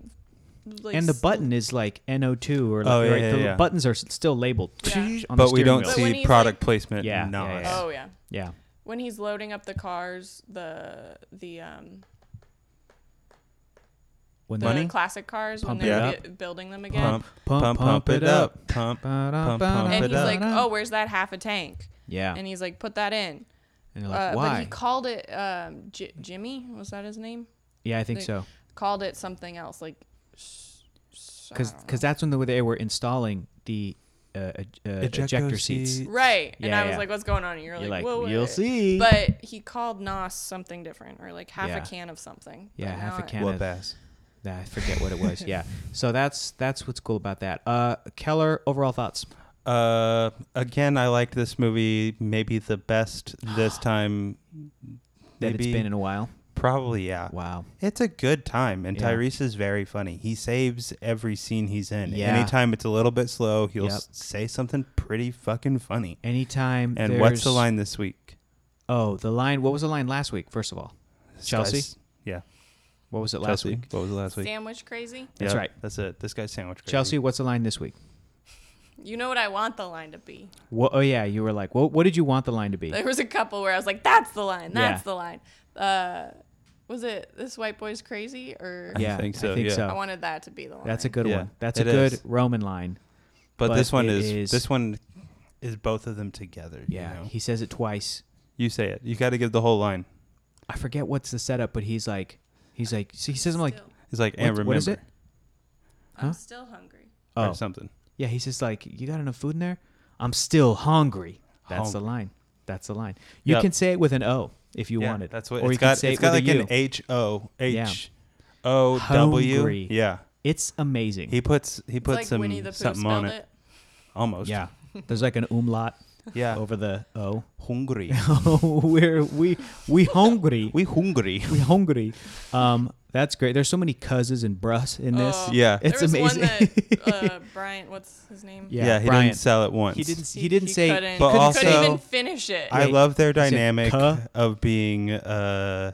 Speaker 2: Like,
Speaker 3: and the
Speaker 2: s-
Speaker 3: button is like NO2 or like
Speaker 1: Oh, yeah,
Speaker 3: right,
Speaker 1: yeah,
Speaker 3: the
Speaker 1: yeah.
Speaker 3: buttons are s- still labeled.
Speaker 2: Yeah.
Speaker 3: on the
Speaker 1: But we
Speaker 3: steering
Speaker 1: don't
Speaker 3: wheel.
Speaker 2: But when
Speaker 1: see
Speaker 2: he's,
Speaker 1: product
Speaker 2: like-
Speaker 1: placement.
Speaker 3: Yeah,
Speaker 1: Yeah,
Speaker 3: yeah, yeah.
Speaker 2: Oh yeah.
Speaker 3: Yeah.
Speaker 2: When he's loading up the cars, the the um
Speaker 3: When
Speaker 2: the
Speaker 3: the-
Speaker 2: classic cars
Speaker 3: Pump
Speaker 2: when
Speaker 1: it
Speaker 2: they're
Speaker 1: up.
Speaker 2: bu- building them again.
Speaker 1: Pump,
Speaker 3: Pump,
Speaker 1: pump, pump,
Speaker 3: pump it
Speaker 1: it
Speaker 3: up.
Speaker 1: up. Pump.
Speaker 3: Ba-da,
Speaker 1: Pump,
Speaker 3: ba-da,
Speaker 1: pump
Speaker 2: and
Speaker 1: it
Speaker 2: he's
Speaker 1: up.
Speaker 2: like,
Speaker 3: ba-da.
Speaker 2: "Oh, where's that half a tank?"
Speaker 3: yeah.
Speaker 2: And he's like, "Put that in."
Speaker 3: And you're like,
Speaker 2: uh,
Speaker 3: why?
Speaker 2: But he called it um, J- Jimmy. Was that his name?
Speaker 3: yeah, I think
Speaker 2: the-
Speaker 3: so.
Speaker 2: Called it something else, like
Speaker 3: Because that's when they were, they were installing the uh, uh, ejector,
Speaker 1: Ejector
Speaker 3: seats.
Speaker 1: seat.
Speaker 2: right. And
Speaker 3: Yeah,
Speaker 2: I was
Speaker 3: yeah.
Speaker 2: like, "What's going on?" And you're,
Speaker 3: You're
Speaker 2: like,
Speaker 3: like,
Speaker 2: "Whoa,
Speaker 3: "You'll
Speaker 2: what?"
Speaker 3: see."
Speaker 2: But he called Nos something different, or like half
Speaker 3: Yeah.
Speaker 2: a can of something.
Speaker 3: Yeah,
Speaker 2: But
Speaker 3: half a
Speaker 2: now I-
Speaker 3: can.
Speaker 1: Whoop
Speaker 3: of-
Speaker 1: ass.
Speaker 3: Nah, I forget what it was. yeah. So that's that's what's cool about that. Uh, Keller, overall thoughts?
Speaker 1: Uh, again, I liked this movie. Maybe the best this time.
Speaker 3: That
Speaker 1: Maybe
Speaker 3: it's been in a while.
Speaker 1: probably yeah.
Speaker 3: Wow.
Speaker 1: It's a good time, and
Speaker 3: Yeah.
Speaker 1: Tyrese is very funny. He saves every scene he's in.
Speaker 3: Yeah.
Speaker 1: Anytime it's a little bit slow, he'll
Speaker 3: Yep.
Speaker 1: s- say something pretty fucking funny.
Speaker 3: Anytime.
Speaker 1: And what's the
Speaker 3: there's-
Speaker 1: line this week?
Speaker 3: Oh, the line. What was the line last week? First of all, Chelsea?
Speaker 1: Guys- Yeah.
Speaker 3: what was it last
Speaker 1: Chelsea.
Speaker 3: week?
Speaker 1: What was it last week?
Speaker 2: Sandwich crazy.
Speaker 3: That's
Speaker 1: Yep,
Speaker 3: right.
Speaker 1: That's it. This guy's sandwich. Crazy.
Speaker 3: Chelsea, what's the line this week?
Speaker 2: You know what I want the line to be.
Speaker 3: Wha oh yeah, you were like, what? What did you want the line to be?
Speaker 2: There was a couple where I was like, "That's the line. That's
Speaker 3: Yeah.
Speaker 2: the line." Uh, was it this white boy's crazy or?
Speaker 3: yeah,
Speaker 1: think so,
Speaker 3: I think
Speaker 1: yeah.
Speaker 2: I
Speaker 3: so.
Speaker 2: wanted that to be the line.
Speaker 3: That's a good
Speaker 1: Yeah,
Speaker 3: one. That's a
Speaker 1: it
Speaker 3: good
Speaker 1: is.
Speaker 3: Roman line.
Speaker 1: But,
Speaker 3: but
Speaker 1: this one
Speaker 3: it
Speaker 1: is,
Speaker 3: is-
Speaker 1: this one is both of them together.
Speaker 3: Yeah,
Speaker 1: You, know?
Speaker 3: he says it twice.
Speaker 1: you say it. You got to give the whole line.
Speaker 3: I forget what's the setup, but he's like, he's like, so he says, "I'm like,
Speaker 2: Still,
Speaker 1: He's like,
Speaker 3: what,
Speaker 1: and remember
Speaker 3: what is it?"
Speaker 2: I'm
Speaker 3: huh?
Speaker 2: still hungry.
Speaker 3: Oh,
Speaker 1: or something.
Speaker 3: yeah, he says like, "You got enough food in there? I'm still hungry." That's the
Speaker 1: Hungry.
Speaker 3: line. That's the line. You
Speaker 1: Yep.
Speaker 3: can say it with an O if you
Speaker 1: yeah,
Speaker 3: wanted.
Speaker 1: That's what.
Speaker 3: or
Speaker 1: it's
Speaker 3: you can
Speaker 1: got.
Speaker 3: say
Speaker 1: It's
Speaker 3: it
Speaker 1: got
Speaker 3: with
Speaker 1: like
Speaker 3: a
Speaker 1: an
Speaker 3: U.
Speaker 1: H O
Speaker 3: Yeah.
Speaker 1: H O W.
Speaker 3: Hungry.
Speaker 1: Yeah.
Speaker 3: It's amazing.
Speaker 1: He puts he
Speaker 2: It's
Speaker 1: puts
Speaker 2: like
Speaker 1: some
Speaker 2: Winnie the Pooh
Speaker 1: something
Speaker 2: spelled
Speaker 1: on
Speaker 2: it.
Speaker 1: it. Almost.
Speaker 3: yeah, Oh, there's like an umlaut
Speaker 1: Yeah.
Speaker 3: over the O.
Speaker 1: Hungry.
Speaker 3: Oh, we're we we hungry.
Speaker 1: we hungry.
Speaker 3: we hungry. Um, that's great. There's so many cousins and brus in this.
Speaker 2: Oh,
Speaker 1: Yeah.
Speaker 3: It's
Speaker 2: there was
Speaker 3: amazing.
Speaker 2: One that, uh, Brian, what's his name?
Speaker 3: Yeah,
Speaker 1: Yeah. he
Speaker 3: Brian.
Speaker 1: didn't sell it once.
Speaker 3: He didn't. He didn't say.
Speaker 2: Couldn't,
Speaker 1: But
Speaker 2: couldn't
Speaker 1: also-
Speaker 2: even finish it.
Speaker 1: I
Speaker 3: Wait,
Speaker 1: love their
Speaker 3: said
Speaker 1: dynamic
Speaker 3: "Cuh?"
Speaker 1: of being uh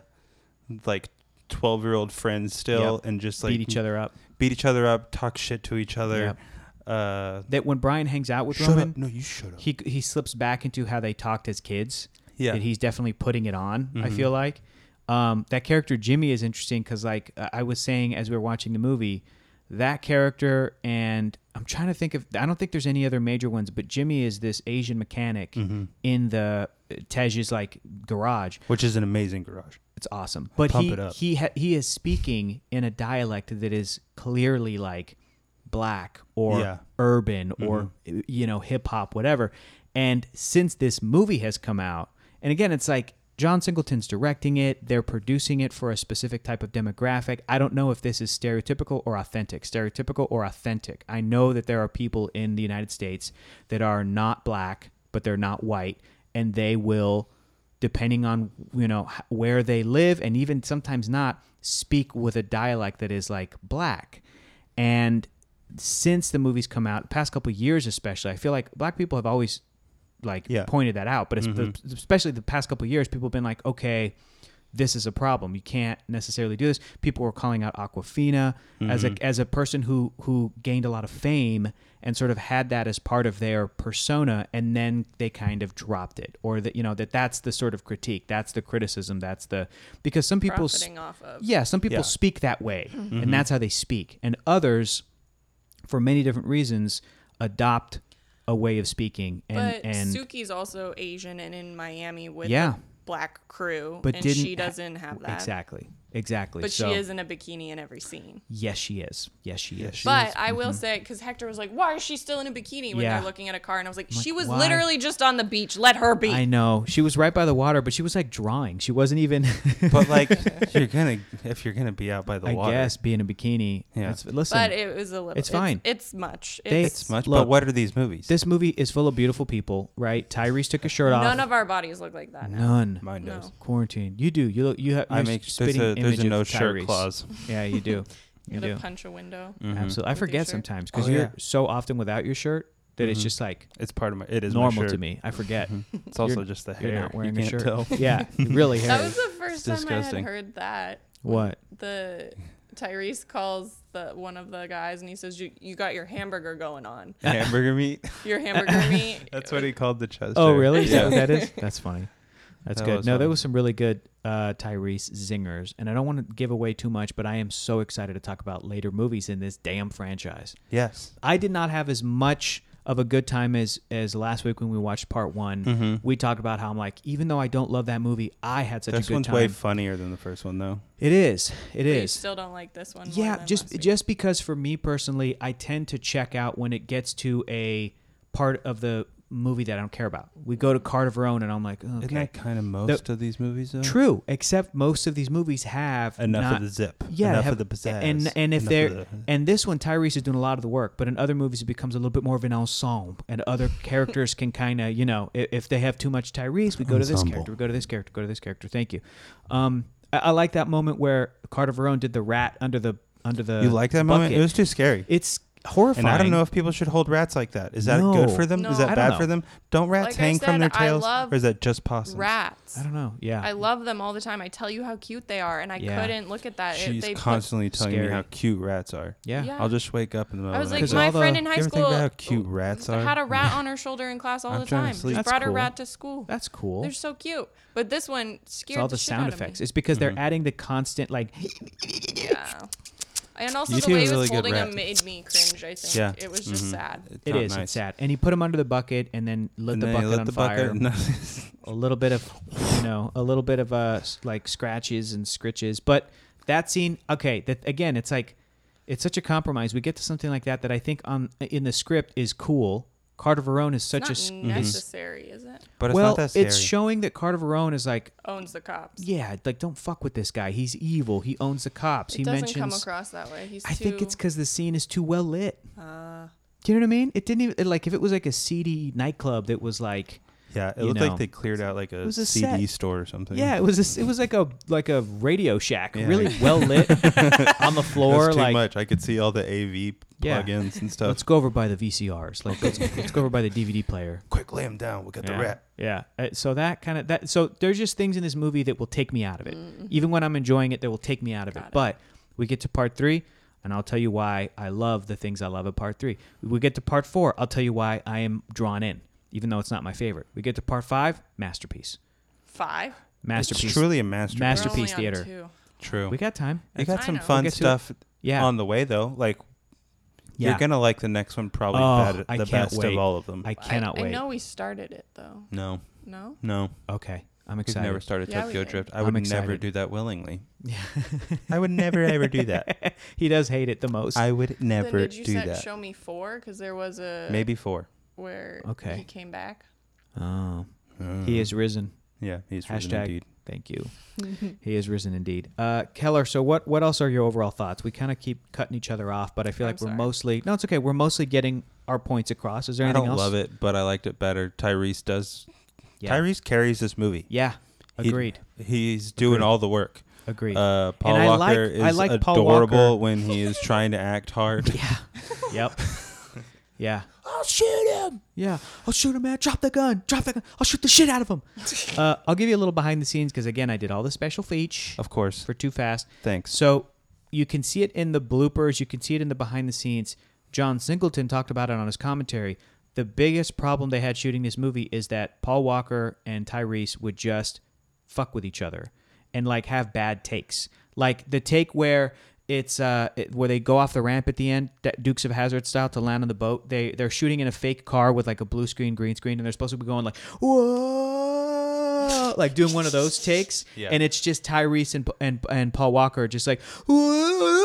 Speaker 1: like 12 year old friends still
Speaker 3: Yep.
Speaker 1: and just like
Speaker 3: beat each other up.
Speaker 1: beat each other up, talk shit to each other. Uh,
Speaker 3: That when Brian hangs out with
Speaker 1: shut
Speaker 3: Roman,
Speaker 1: up. No, you shut up.
Speaker 3: he he slips back into how they talked as kids.
Speaker 1: Yeah. Mm-hmm.
Speaker 3: that he's definitely putting it on. I feel like um, that character Jimmy is interesting because, like uh, I was saying as we were watching the movie, that character and I'm trying to think of. I don't think there's any other major ones, but Jimmy is this Asian mechanic
Speaker 1: Mm-hmm.
Speaker 3: in the uh, Tej's like garage.
Speaker 1: Which is an amazing garage.
Speaker 3: It's awesome. But
Speaker 1: Pump
Speaker 3: he
Speaker 1: it up.
Speaker 3: he ha- he is speaking in a dialect that is clearly like black or
Speaker 1: Yeah.
Speaker 3: urban or you know hip hop whatever. And since this movie has come out, and again it's like John Singleton's directing it, they're producing it for a specific type of demographic. I don't know if this is stereotypical or authentic. Stereotypical or authentic. I know that there are people in the United States that are not black, but they're not white and they will depending on you know h- where they live and even sometimes not speak with a dialect that is like black and since the movies come out past couple years especially i feel like black people have always like
Speaker 1: Yeah.
Speaker 3: pointed that out but it's the, especially the past couple years people have been like okay this is a problem. You can't necessarily do this. People were calling out Aquafina as a as a person who who gained a lot of fame and sort of had that as part of their persona, and then they kind of dropped it, or that you know that that's the sort of critique, that's the criticism, that's the because some people s-
Speaker 2: profiting off of.
Speaker 3: yeah, some people
Speaker 1: Yeah. Mm-hmm.
Speaker 3: speak that way, and that's how they speak. And others, for many different reasons, adopt a way of speaking. And
Speaker 2: but
Speaker 3: and
Speaker 2: Suki's also Asian and in Miami with
Speaker 3: Yeah.
Speaker 2: a black crew,
Speaker 3: but
Speaker 2: and
Speaker 3: didn't
Speaker 2: she doesn't have that.
Speaker 3: exactly, exactly.
Speaker 2: But
Speaker 3: so,
Speaker 2: she is in a bikini in every scene.
Speaker 3: Yes, she is. Yes, she is.
Speaker 2: But I will say, because Hector was like, "Why is she still in a bikini?" when
Speaker 3: Mm-hmm. Yeah.
Speaker 2: they're looking at a car, and I was like, "She was
Speaker 3: why?
Speaker 2: literally just on the beach. Let her be."
Speaker 3: I know she was right by the water, but she was like drawing. She wasn't even.
Speaker 1: But like, you're gonna if you're gonna be out by the
Speaker 3: I
Speaker 1: water,
Speaker 3: guess being a bikini.
Speaker 1: Yeah.
Speaker 3: That's- listen,
Speaker 2: but it was a little.
Speaker 3: It's fine.
Speaker 2: It's, much.
Speaker 3: They-
Speaker 2: It's,
Speaker 1: it's much.
Speaker 3: Look.
Speaker 1: but what are these movies?
Speaker 3: this movie is full of beautiful people, right? Tyrese took his shirt off.
Speaker 2: none of our bodies look like that. Now.
Speaker 3: None.
Speaker 1: Mine
Speaker 2: No.
Speaker 1: does.
Speaker 3: Quarantine. You do. You look. You have.
Speaker 1: I
Speaker 3: you're
Speaker 1: make there's
Speaker 3: spitting
Speaker 1: a there's
Speaker 3: image
Speaker 1: a
Speaker 3: of
Speaker 1: no shirt
Speaker 3: Tyrese.
Speaker 1: clause.
Speaker 3: Yeah, you do. You
Speaker 2: You gotta
Speaker 3: do. Mm.
Speaker 2: punch a window.
Speaker 1: Mm-hmm.
Speaker 3: Absolutely. I
Speaker 2: With your
Speaker 3: forget
Speaker 2: shirt.
Speaker 3: sometimes because
Speaker 1: Oh,
Speaker 3: you're
Speaker 1: yeah.
Speaker 3: so often without your shirt that it's just like
Speaker 1: It's part of my. It Mm-hmm. is my
Speaker 3: normal to
Speaker 1: shirt. Mm-hmm.
Speaker 3: me. I forget.
Speaker 1: It's also
Speaker 3: You're-
Speaker 1: just the hair.
Speaker 3: You're not wearing
Speaker 1: you
Speaker 3: a
Speaker 1: can't
Speaker 3: shirt.
Speaker 1: Tell.
Speaker 3: Yeah, really hairy.
Speaker 2: That was the first time I
Speaker 1: disgusting.
Speaker 2: had heard that.
Speaker 3: what?
Speaker 2: The Tyrese calls the one of the guys and he says, "You you got your hamburger going on.
Speaker 1: Hamburger meat.
Speaker 2: Your hamburger meat."
Speaker 1: That's what he called the chest.
Speaker 3: Oh,
Speaker 1: hair.
Speaker 3: really? Is that
Speaker 1: Yeah.
Speaker 3: what that is? That's funny. That's
Speaker 1: That
Speaker 3: good.
Speaker 1: was
Speaker 3: No, there
Speaker 1: funny.
Speaker 3: was some really good uh, Tyrese zingers, and I don't want to give away too much, but I am so excited to talk about later movies in this damn franchise.
Speaker 1: yes.
Speaker 3: I did not have as much of a good time as as last week when we watched part one.
Speaker 1: Mm-hmm.
Speaker 3: We talked about how I'm like, even though I don't love that movie, I had such
Speaker 1: This
Speaker 3: a good
Speaker 1: one's
Speaker 3: time.
Speaker 1: way funnier than the first one, though.
Speaker 3: it is. It
Speaker 2: But you
Speaker 3: is.
Speaker 2: still don't like this one. more
Speaker 3: yeah
Speaker 2: than last
Speaker 3: just
Speaker 2: week.
Speaker 3: just because for me personally i tend to check out when it gets to a part of the movie that i don't care about we go to card of our own and i'm like okay
Speaker 1: Isn't that kind of most of these movies though?
Speaker 3: true except most of these movies have
Speaker 1: Enough
Speaker 3: not-
Speaker 1: of the zip.
Speaker 3: yeah,
Speaker 1: Enough
Speaker 3: have-
Speaker 1: of the pizzazz.
Speaker 3: and and if
Speaker 1: enough
Speaker 3: they're
Speaker 1: of the-
Speaker 3: and this one Tyrese is doing a lot of the work, but in other movies it becomes a little bit more of an ensemble, and other characters can kind of you know if, if they have too much Tyrese, we go to this
Speaker 1: Ensemble.
Speaker 3: character, we go to this character, go to this character. Thank you. Um, I, I like that moment where Carter Verone did the rat under the under the.
Speaker 1: you like that moment?
Speaker 3: bucket.
Speaker 1: It was too scary.
Speaker 3: It's horrifying.
Speaker 1: And I don't know if people should hold rats like that. Is that
Speaker 3: No.
Speaker 1: good for them?
Speaker 2: No.
Speaker 1: Is
Speaker 2: I
Speaker 1: that
Speaker 3: don't
Speaker 1: bad
Speaker 3: know.
Speaker 1: for them? Don't rats
Speaker 2: Like I
Speaker 1: hang
Speaker 2: said,
Speaker 1: from their
Speaker 2: I
Speaker 1: tails,
Speaker 2: love
Speaker 1: or is that just possums?
Speaker 2: rats.
Speaker 3: I don't know. Yeah.
Speaker 2: I love them all the time. I tell you how cute they are, and I
Speaker 3: Yeah.
Speaker 2: couldn't look at that. It-
Speaker 1: She's
Speaker 2: they put-
Speaker 1: constantly telling
Speaker 3: Scary.
Speaker 1: me how cute rats are.
Speaker 3: yeah.
Speaker 2: Yeah.
Speaker 1: I'll just wake up in the middle
Speaker 2: I was
Speaker 1: of the
Speaker 2: like,
Speaker 1: night.
Speaker 3: Because
Speaker 2: my
Speaker 3: all the-
Speaker 2: friend in high
Speaker 1: you ever
Speaker 2: school
Speaker 1: think about how cute rats are?
Speaker 2: had a rat on her shoulder in class all
Speaker 1: I'm
Speaker 2: the
Speaker 1: trying to
Speaker 2: time. She
Speaker 1: sleep.
Speaker 2: brought
Speaker 1: That's
Speaker 2: her
Speaker 1: cool.
Speaker 2: rat to school.
Speaker 3: That's cool.
Speaker 2: They're so cute. But this one
Speaker 3: it's
Speaker 2: scared
Speaker 3: all
Speaker 2: the,
Speaker 3: the
Speaker 2: shit
Speaker 3: sound
Speaker 2: out of me.
Speaker 3: effects. It's because
Speaker 1: Mm-hmm.
Speaker 3: they're adding the constant like
Speaker 2: Yeah. And also
Speaker 1: You
Speaker 2: the
Speaker 1: two
Speaker 2: way
Speaker 1: are
Speaker 2: he
Speaker 1: really
Speaker 2: was
Speaker 1: good
Speaker 2: holding him
Speaker 1: rats.
Speaker 2: made me cringe. I think
Speaker 1: Yeah.
Speaker 2: it was just sad.
Speaker 3: it
Speaker 1: not nice.
Speaker 3: is. Mm-hmm. It's sad. And he put him under the bucket and then lit
Speaker 1: And
Speaker 3: the
Speaker 1: then you
Speaker 3: bucket
Speaker 1: lit
Speaker 3: on
Speaker 1: the
Speaker 3: fire.
Speaker 1: bucket and-
Speaker 3: A little bit of you know, a little bit of uh s- like scratches and scritches. But that scene, okay, that again, it's like it's such a compromise. We get to something like that that I think on in the script is cool. Carter Verone is such
Speaker 2: Not
Speaker 3: a mm-hmm. s- is-
Speaker 2: necessary, is it?
Speaker 1: Mm-hmm. but it's
Speaker 3: well,
Speaker 1: not that scary.
Speaker 3: it's showing that Carter Verone is like
Speaker 2: Owns the cops.
Speaker 3: yeah, like don't fuck with this guy. He's evil. He owns the cops.
Speaker 2: It
Speaker 3: he
Speaker 2: doesn't
Speaker 3: mentions
Speaker 2: come across that way. He's
Speaker 3: I
Speaker 2: too-
Speaker 3: think
Speaker 2: Uh.
Speaker 3: it's because the scene is too well lit. Do you know what I mean? It didn't even it, like if it was like a seedy nightclub that was like
Speaker 1: yeah, it
Speaker 3: you
Speaker 1: looked
Speaker 3: know.
Speaker 1: like they cleared out like a,
Speaker 3: was a
Speaker 1: CD
Speaker 3: set.
Speaker 1: store or something.
Speaker 3: yeah, it was a s it was like a like a Radio Shack,
Speaker 1: Yeah.
Speaker 3: really well lit on the
Speaker 1: It was
Speaker 3: floor.
Speaker 1: too
Speaker 3: like
Speaker 1: much. I could see all the AV
Speaker 3: Yeah.
Speaker 1: plugins and stuff.
Speaker 3: let's go over by the VCRs. Like let's, let's go over by the DVD player.
Speaker 1: Quick, lay him down. We got the rat.
Speaker 3: Yeah. Uh, so that kind of that. So there's just things in this movie that will take me out of it.
Speaker 2: Mm-hmm.
Speaker 3: Even when I'm enjoying it, that will take me out of it. But we get to part three, and I'll tell you why I love the things I love at part three. We get to part four. I'll tell you why I am drawn in, even though it's not my favorite. We get to part five. Masterpiece.
Speaker 2: five.
Speaker 3: Masterpiece.
Speaker 1: It's truly a masterpiece.
Speaker 2: We're
Speaker 3: Masterpiece
Speaker 2: only on
Speaker 3: theater.
Speaker 2: two.
Speaker 1: True.
Speaker 3: We got time.
Speaker 1: You got
Speaker 2: I
Speaker 1: some
Speaker 2: know. We'll
Speaker 1: fun
Speaker 3: get to it.
Speaker 1: stuff
Speaker 3: Yeah.
Speaker 1: on the way though. Like
Speaker 3: Yeah.
Speaker 1: you're gonna like the next one probably
Speaker 3: Oh,
Speaker 1: better,
Speaker 3: I
Speaker 1: the
Speaker 3: can't
Speaker 1: best
Speaker 3: wait.
Speaker 1: of all of them.
Speaker 3: I
Speaker 2: I-
Speaker 3: cannot
Speaker 2: I
Speaker 3: wait.
Speaker 2: know we started it though.
Speaker 1: no,
Speaker 2: No.
Speaker 1: no,
Speaker 3: Okay. I'm
Speaker 1: we've
Speaker 3: excited.
Speaker 1: never started
Speaker 2: Yeah, we
Speaker 1: Tokyo
Speaker 2: did.
Speaker 1: Drift. I
Speaker 3: I'm
Speaker 1: would never
Speaker 3: excited.
Speaker 1: do that willingly. I would never ever do that.
Speaker 3: he does hate it the most.
Speaker 1: I would
Speaker 2: then
Speaker 1: never
Speaker 2: did you
Speaker 1: do
Speaker 2: set-
Speaker 1: that.
Speaker 2: show me four? Because there was a
Speaker 1: Maybe four.
Speaker 2: where
Speaker 3: Okay.
Speaker 2: he came back.
Speaker 3: oh. He is risen.
Speaker 1: Yeah, he's risen
Speaker 3: Hashtag.
Speaker 1: indeed.
Speaker 3: Thank you.
Speaker 2: Mm-hmm.
Speaker 3: he is risen indeed. Uh, Keller, so what, what else are your overall thoughts? We kind of keep cutting each other off, but I feel
Speaker 2: I'm
Speaker 3: like we're
Speaker 2: sorry.
Speaker 3: mostly, no, it's okay. We're mostly getting our points across. Is there
Speaker 1: I
Speaker 3: anything
Speaker 1: don't
Speaker 3: else?
Speaker 1: love it, but I liked it better. Tyrese does.
Speaker 3: Yeah.
Speaker 1: Tyrese carries this movie.
Speaker 3: Yeah.
Speaker 1: He-
Speaker 3: Agreed.
Speaker 1: he's doing
Speaker 3: Agreed.
Speaker 1: all the work.
Speaker 3: Agreed.
Speaker 1: Uh, Paul
Speaker 3: And I
Speaker 1: Walker
Speaker 3: like-
Speaker 1: is
Speaker 3: I like Paul
Speaker 1: adorable
Speaker 3: Walker.
Speaker 1: when he is trying to act hard.
Speaker 3: yeah. Yep. Yeah.
Speaker 1: I'll shoot him.
Speaker 3: him. Yeah, I'll shoot him, man. Drop the gun. Drop the gun. I'll shoot the shit out of him. uh, I'll give you a little behind the scenes because again, I did all the special features
Speaker 1: Of course.
Speaker 3: for Too Fast.
Speaker 1: Thanks.
Speaker 3: So you can see it in the bloopers, you can see it in the behind the scenes. John Singleton talked about it on his commentary. The biggest problem they had shooting this movie is that Paul Walker and Tyrese would just fuck with each other and like have bad takes. Like the take where it's uh it- where they go off the ramp at the end, that Dukes of Hazard style to land on the boat. They they're shooting in a fake car with like a blue screen, green screen, and they're supposed to be going like whoa, like doing one of those takes,
Speaker 1: Yeah.
Speaker 3: and it's just Tyrese and and and Paul Walker just like "Whoa."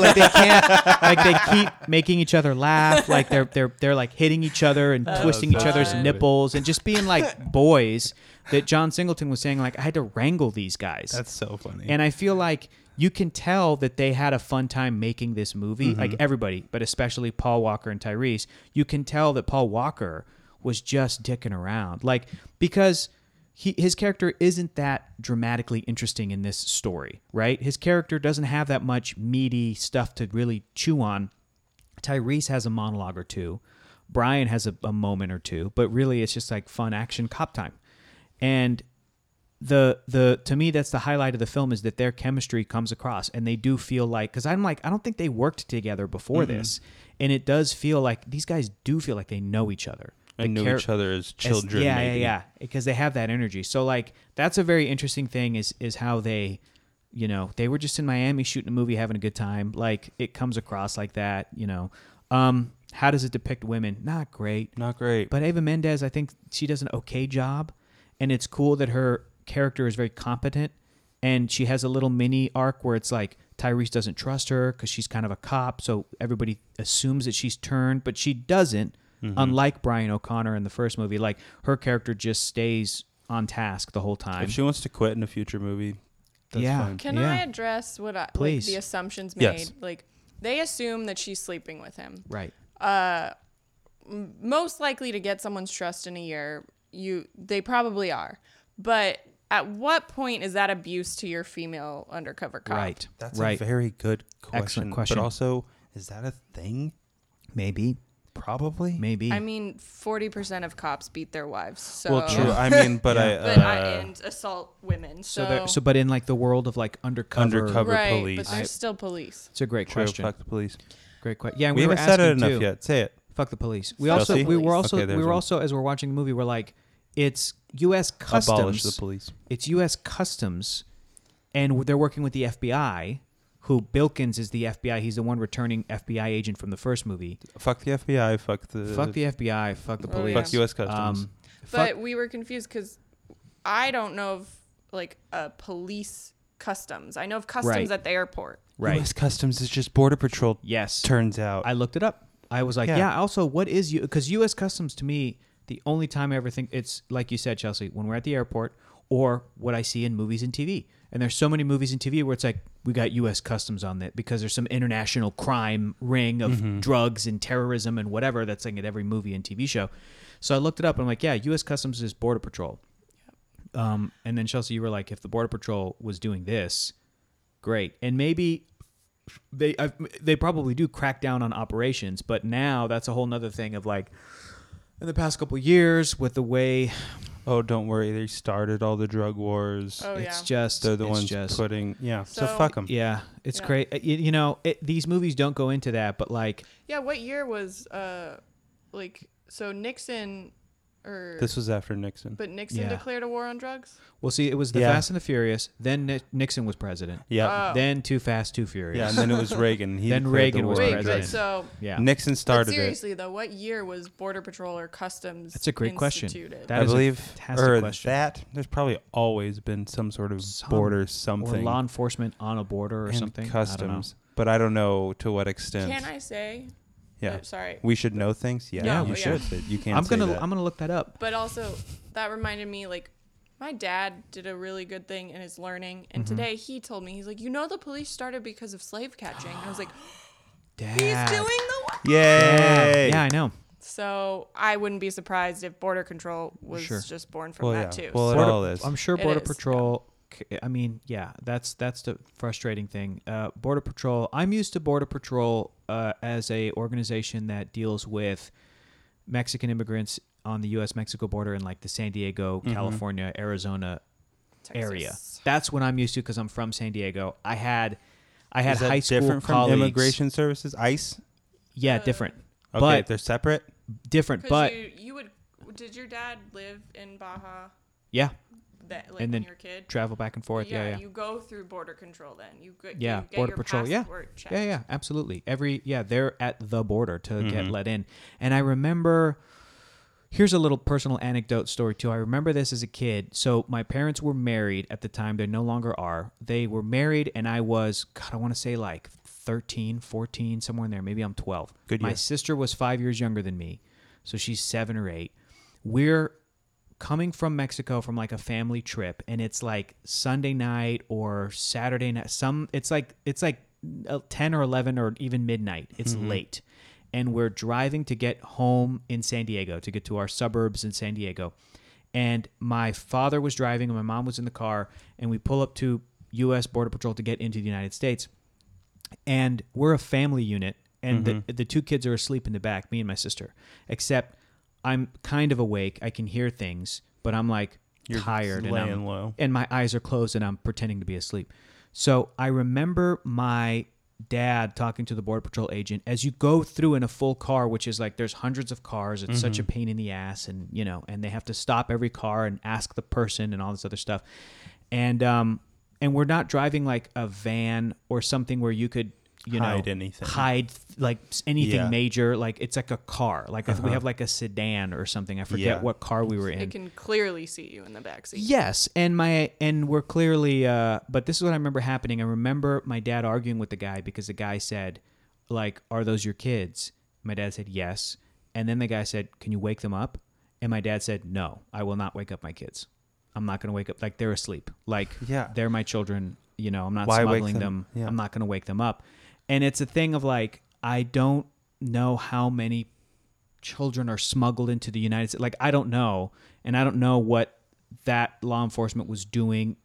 Speaker 3: like they can't like they keep making each other laugh, like they're they're they're like hitting each other and twisting each
Speaker 1: that's
Speaker 3: other's
Speaker 1: funny.
Speaker 3: nipples and just being like boys. That John Singleton was saying like I had to wrangle these guys.
Speaker 1: That's so funny.
Speaker 3: And I feel like you can tell that they had a fun time making this movie, like everybody, but especially Paul Walker and Tyrese. You can tell that Paul Walker was just dicking around, like because he, his character isn't that dramatically interesting in this story, right? His character doesn't have that much meaty stuff to really chew on. Tyrese has a monologue or two. Brian has a, a moment or two, but really it's just like fun action cop time. And the the to me that's the highlight of the film is that their chemistry comes across and they do feel like because I'm like I don't think they worked together before this, and it does feel like these guys do feel like they know each other
Speaker 1: I knew each other as
Speaker 3: as-
Speaker 1: children.
Speaker 3: yeah,
Speaker 1: maybe.
Speaker 3: yeah, yeah, because they have that energy. So like that's a very interesting thing is is how they, you know, they were just in Miami shooting a movie, having a good time. Like it comes across like that, you know. Um, how does it depict women? Not great.
Speaker 1: Not great.
Speaker 3: But Ava Mendez, I think she does an okay job, and it's cool that her character is very competent, and she has a little mini arc where it's like Tyrese doesn't trust her because she's kind of a cop, so everybody assumes that she's turned, but she doesn't.
Speaker 1: Mm-hmm.
Speaker 3: Unlike Brian O'Connor in the first movie, like her character just stays on task the whole time.
Speaker 1: if she wants to quit in a future movie, that's
Speaker 3: Yeah.
Speaker 1: fine.
Speaker 2: Can
Speaker 3: Yeah.
Speaker 2: I address what I, like,
Speaker 3: Please.
Speaker 2: the assumptions made?
Speaker 1: Yes.
Speaker 2: Like they assume that she's sleeping with him.
Speaker 3: right.
Speaker 2: Most likely to get someone's trust in a year. You they probably are. But at what point is that abuse to your female undercover cop?
Speaker 3: Right.
Speaker 4: That's
Speaker 3: right.
Speaker 4: a very good question.
Speaker 3: Excellent question.
Speaker 4: But also, is that a thing?
Speaker 3: maybe.
Speaker 4: Probably.
Speaker 3: Maybe.
Speaker 2: I mean, forty percent of cops beat their wives. So
Speaker 1: Well, true. I mean, but I. Uh,
Speaker 2: But I and assault women.
Speaker 3: so
Speaker 2: So,
Speaker 3: there, so but in like the world of like undercover.
Speaker 1: Undercover.
Speaker 2: right,
Speaker 1: police.
Speaker 2: but they're still police.
Speaker 3: It's a great
Speaker 1: true,
Speaker 3: question.
Speaker 1: Fuck the police.
Speaker 3: Great question. Yeah, and
Speaker 1: we,
Speaker 3: were
Speaker 1: haven't said it
Speaker 3: asking,
Speaker 1: enough
Speaker 3: too.
Speaker 1: yet. Say it.
Speaker 3: Fuck the police. We
Speaker 1: Fuck
Speaker 3: also
Speaker 1: the
Speaker 3: we
Speaker 2: police.
Speaker 3: were also
Speaker 1: Okay, there's
Speaker 3: we were
Speaker 1: one.
Speaker 3: also as we're watching the movie we're like it's U.S. customs.
Speaker 1: Abolish the police.
Speaker 3: It's U.S. customs, and they're working with the FBI. Who Bilkins is the FBI? He's the one returning FBI agent from the first movie.
Speaker 1: Fuck the FBI. Fuck the.
Speaker 3: fuck the FBI. Fuck the
Speaker 2: Oh,
Speaker 3: police.
Speaker 2: yeah.
Speaker 1: Uh, Fuck U.S. Customs.
Speaker 3: Um,
Speaker 2: But
Speaker 3: fuck-
Speaker 2: we were confused because I don't know of like a police customs. I know of customs
Speaker 3: Right.
Speaker 2: at the airport.
Speaker 3: right.
Speaker 1: U.S. Customs is just border patrol.
Speaker 3: yes.
Speaker 1: Turns out.
Speaker 3: I looked it up. I was like, yeah.
Speaker 1: Yeah.
Speaker 3: also, what is you? Because U.S. Customs to me, the only time I ever think it's like you said, Chelsea, when we're at the airport or what I see in movies and TV. And there's so many movies and TV where it's like we got U.S. Customs on it because there's some international crime ring of drugs and terrorism and whatever that's like at every movie and TV show. So I looked it up and I'm like, yeah, U.S. Customs is Border Patrol. Um, and then Chelsea, you were like, if the Border Patrol was doing this, great, and maybe they i they probably do crack down on operations, but now that's a whole nother thing of like in the past couple years with the way
Speaker 1: oh, don't worry. They started all the drug wars.
Speaker 2: Oh
Speaker 3: it's
Speaker 2: yeah.
Speaker 3: just
Speaker 1: They're the
Speaker 3: it's
Speaker 1: ones
Speaker 3: just
Speaker 1: putting. Yeah. So,
Speaker 2: So-
Speaker 1: fuck them.
Speaker 3: yeah, it's
Speaker 2: Yeah.
Speaker 3: great. Uh, You, you know, it, these movies don't go into that, but like
Speaker 2: Yeah, what year was uh like so Nixon or
Speaker 1: This was after Nixon.
Speaker 2: but Nixon
Speaker 3: Yeah.
Speaker 2: declared a war on drugs?
Speaker 3: we'll see. It was the
Speaker 1: Yeah.
Speaker 3: Fast and the Furious, then Ni- Nixon was president,
Speaker 1: Yeah.
Speaker 2: Oh.
Speaker 3: then Too Fast, Too
Speaker 1: yeah.
Speaker 3: Furious.
Speaker 1: And then it was Reagan. He
Speaker 3: Then
Speaker 1: declared the
Speaker 3: Reagan was
Speaker 1: war on
Speaker 2: Wait, but
Speaker 1: drugs.
Speaker 3: president.
Speaker 2: so
Speaker 3: Yeah,
Speaker 1: Nixon
Speaker 2: but
Speaker 1: started it.
Speaker 2: seriously though, what year was Border Patrol or Customs
Speaker 3: That's a great question.
Speaker 2: instituted?
Speaker 3: That
Speaker 1: I
Speaker 3: is a
Speaker 1: believe,
Speaker 3: fantastic
Speaker 1: or
Speaker 3: question.
Speaker 1: that there's probably always been some sort of
Speaker 3: Some-
Speaker 1: border
Speaker 3: or
Speaker 1: something
Speaker 3: law enforcement on a border or
Speaker 1: and
Speaker 3: something. I don't know.
Speaker 1: customs, but I don't know to what extent.
Speaker 2: Can I say?
Speaker 1: Yeah,
Speaker 2: Oh, sorry.
Speaker 1: we should know things. Yeah,
Speaker 2: Yeah,
Speaker 1: you
Speaker 2: yeah.
Speaker 1: should. but You can't.
Speaker 3: I'm
Speaker 1: say
Speaker 3: gonna
Speaker 1: that.
Speaker 3: I'm gonna look that up.
Speaker 2: But also, that reminded me like my dad did a really good thing in his learning, and
Speaker 3: Mm-hmm.
Speaker 2: today he told me he's like, you know, the police started because of slave catching. And I was like,
Speaker 3: Dad.
Speaker 2: he's doing the work.
Speaker 1: Yay!
Speaker 3: Yeah, I know.
Speaker 2: So I wouldn't be surprised if border control was
Speaker 3: Sure.
Speaker 2: just born from
Speaker 1: Well, yeah.
Speaker 2: that too.
Speaker 1: Well, it
Speaker 2: So-
Speaker 1: all is.
Speaker 3: I'm sure
Speaker 2: It
Speaker 3: Border
Speaker 2: is, yeah.
Speaker 3: Patrol. c- I mean, yeah, that's that's the frustrating thing. Uh, Border Patrol. I'm used to Border Patrol uh, as a organization that deals with Mexican immigrants on the U.S. Mexico border in like the San Diego,
Speaker 1: Mm-hmm.
Speaker 3: California, Arizona area.
Speaker 2: Texas.
Speaker 3: That's what I'm used to because I'm from San Diego. I had, I had
Speaker 1: Is that
Speaker 3: high school
Speaker 1: different from
Speaker 3: colleagues.
Speaker 1: immigration services? ICE.
Speaker 3: Yeah, different,
Speaker 1: Okay,
Speaker 3: but
Speaker 1: they're separate.
Speaker 3: different,
Speaker 2: 'Cause
Speaker 3: but
Speaker 2: you, you would. Did your dad live in Baja?
Speaker 3: yeah,
Speaker 2: That like
Speaker 3: And
Speaker 2: when
Speaker 3: then
Speaker 2: you were a kid.
Speaker 3: travel back and forth. Yeah, yeah,
Speaker 2: You go through border control then. You get,
Speaker 3: Yeah,
Speaker 2: you get
Speaker 3: border
Speaker 2: your
Speaker 3: patrol, yeah.
Speaker 2: passport checked.
Speaker 3: Yeah, yeah, absolutely. Every yeah, they're at the border to
Speaker 1: Mm-hmm.
Speaker 3: get let in. And I remember here's a little personal anecdote story too. I remember this as a kid. So my parents were married at the time. They no longer are. They were married and I was god, I want to say like 13, 14, somewhere in there. Maybe I'm 12.
Speaker 1: Good
Speaker 3: my
Speaker 1: year.
Speaker 3: sister was 5 years younger than me. So she's 7 or 8. We're coming from Mexico from like a family trip and it's like Sunday night or Saturday night some it's like it's like uh, 10 or 11 or even midnight it's late and we're driving to get home in San Diego to get to our suburbs in San Diego and my father was driving and my mom was in the car and we pull up to US border patrol to get into the United States and we're a family unit and the,
Speaker 1: Mm-hmm.
Speaker 3: the two kids are asleep in the back me and my sister except i'm kind of awake i can hear things but i'm like
Speaker 1: You're
Speaker 3: tired and,
Speaker 1: laying
Speaker 3: I'm-
Speaker 1: low.
Speaker 3: and my eyes are closed and i'm pretending to be asleep so i remember my dad talking to the border patrol agent as you go through in a full car which is like there's hundreds of cars it's such
Speaker 1: Mm-hmm.
Speaker 3: a pain in the ass and you know and they have to stop every car and ask the person and all this other stuff and um and we're not driving like a van or something where you could you
Speaker 1: Hide
Speaker 3: know
Speaker 1: anything.
Speaker 3: hide like s- anything
Speaker 1: Yeah. Uh-huh.
Speaker 3: major like it's like a car like if we have like a sedan or something i forget
Speaker 1: Yeah.
Speaker 3: what car we were in
Speaker 2: It can clearly see you in the backseat.
Speaker 3: Yes, and my and we're clearly. Uh, but this is what I remember happening. I remember my dad arguing with the guy because the guy said, "Like, are those your kids?" My dad said, "Yes," and then the guy said, "Can you wake them up?" And my dad said, "No, I will not wake up my kids. I'm not going to wake up. Like they're asleep. Like
Speaker 1: Yeah.
Speaker 3: they're my children. You know, I'm not
Speaker 1: Why wake
Speaker 3: smuggling them.
Speaker 1: them? Yeah.
Speaker 3: I'm not going to wake them up." And it's a thing of like I don't know how many children are smuggled into the United States. Like I don't know, and I don't know what that law enforcement was doing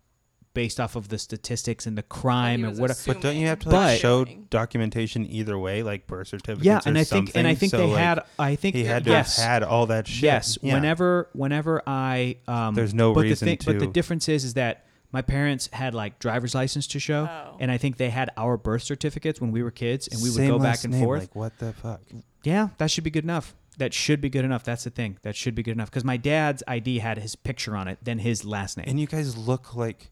Speaker 3: based off of the statistics and the crime
Speaker 2: he
Speaker 3: and
Speaker 2: was
Speaker 3: what.
Speaker 2: assuming-
Speaker 1: But don't you have to
Speaker 3: But-
Speaker 1: like, show documentation either way, like birth certificates?
Speaker 3: Yeah,
Speaker 1: or
Speaker 3: and I think and I
Speaker 1: something?
Speaker 3: think
Speaker 1: So,
Speaker 3: they
Speaker 1: like,
Speaker 3: had. I think
Speaker 1: He had to
Speaker 3: yes.
Speaker 1: have had all that shit.
Speaker 3: Yes,
Speaker 1: Yeah.
Speaker 3: whenever whenever I um
Speaker 1: There's no
Speaker 3: but
Speaker 1: reason
Speaker 3: the thing, But the
Speaker 1: to.
Speaker 3: difference is is that my parents had like driver's license to show
Speaker 2: Oh.
Speaker 3: and I think they had our birth certificates when we were kids and we would
Speaker 1: Same
Speaker 3: go
Speaker 1: last
Speaker 3: back and
Speaker 1: name,
Speaker 3: forth.
Speaker 1: Like what the fuck?
Speaker 3: Yeah, that should be good enough. That should be good enough. That's the thing. That should be good enough because my dad's ID had his picture on it, then his last name.
Speaker 1: And you guys look like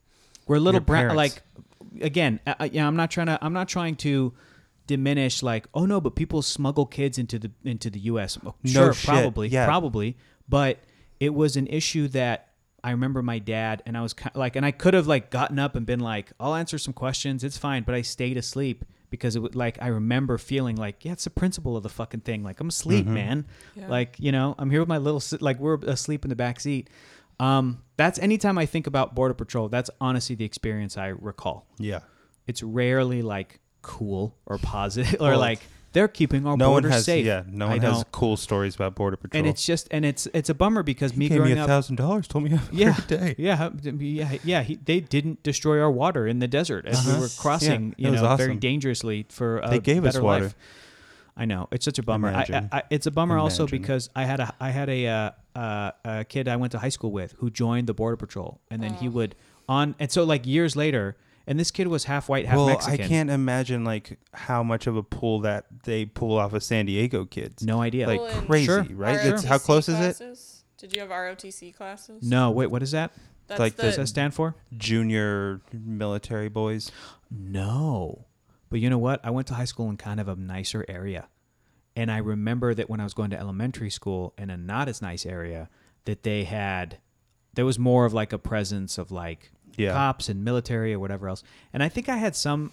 Speaker 3: We're a little
Speaker 1: Your
Speaker 3: brown.
Speaker 1: parents.
Speaker 3: Like again, I, I- yeah, I'm not trying to. I'm not trying to diminish. Like, oh no, but people smuggle kids into the into the U.S. Well,
Speaker 1: No
Speaker 3: sure,
Speaker 1: shit,
Speaker 3: probably,
Speaker 1: yeah.
Speaker 3: probably. But it was an issue that I remember my dad and I was kind like, and I could have like gotten up and been like, I'll answer some questions. It's fine, but I stayed asleep. Because it was like I remember feeling like yeah it's the principle of the fucking thing like I'm asleep
Speaker 1: Mm-hmm.
Speaker 3: man
Speaker 2: Yeah.
Speaker 3: like you know I'm here with my little si- like we're asleep in the back seat um, that's anytime I think about Border Patrol, that's honestly the experience I recall.
Speaker 1: yeah.
Speaker 3: It's rarely like cool or positive or
Speaker 1: Well,
Speaker 3: like they're keeping our
Speaker 1: No one
Speaker 3: border
Speaker 1: has
Speaker 3: safe.
Speaker 1: yeah. No
Speaker 3: I
Speaker 1: one
Speaker 3: know.
Speaker 1: has cool stories about border patrol.
Speaker 3: And it's just and it's it's a bummer because me
Speaker 1: he gave me
Speaker 3: growing
Speaker 1: a
Speaker 3: up
Speaker 1: thousand dollars. Told me every day.
Speaker 3: yeah, yeah, yeah, yeah. He, they didn't destroy our water in the desert as we
Speaker 1: Uh-huh.
Speaker 3: were crossing,
Speaker 1: Yeah,
Speaker 3: you
Speaker 1: it was
Speaker 3: know, very
Speaker 1: awesome.
Speaker 3: dangerously for a
Speaker 1: They gave us
Speaker 3: better
Speaker 1: water.
Speaker 3: life. I know it's such a bummer. I, I,
Speaker 1: Imagine.
Speaker 3: I, it's a bummer also
Speaker 1: Imagine.
Speaker 3: because I had a I had a, uh, uh, a kid I went to high school with who joined the border patrol, and then he would on and so like years later, and this kid was half white, half
Speaker 1: Well,
Speaker 3: Mexican.
Speaker 1: I can't imagine like how much of a pull that they pull off of San Diego kids.
Speaker 3: No idea.
Speaker 1: like
Speaker 2: Well, and-
Speaker 1: crazy,
Speaker 3: Sure.
Speaker 1: right?
Speaker 3: Sure.
Speaker 1: It's how close is it?
Speaker 2: is it? Did you have ROTC classes?
Speaker 3: no, wait, what does that?
Speaker 2: That's
Speaker 1: like
Speaker 2: the,
Speaker 3: Does
Speaker 1: the-
Speaker 3: that stand for?
Speaker 1: Junior military boys.
Speaker 3: No. But you know what? I went to high school in kind of a nicer area. And I remember that when I was going to elementary school in a not as nice area, that they had, there was more of like a presence of like
Speaker 1: Yeah.
Speaker 3: cops and military or whatever else. And I think I had some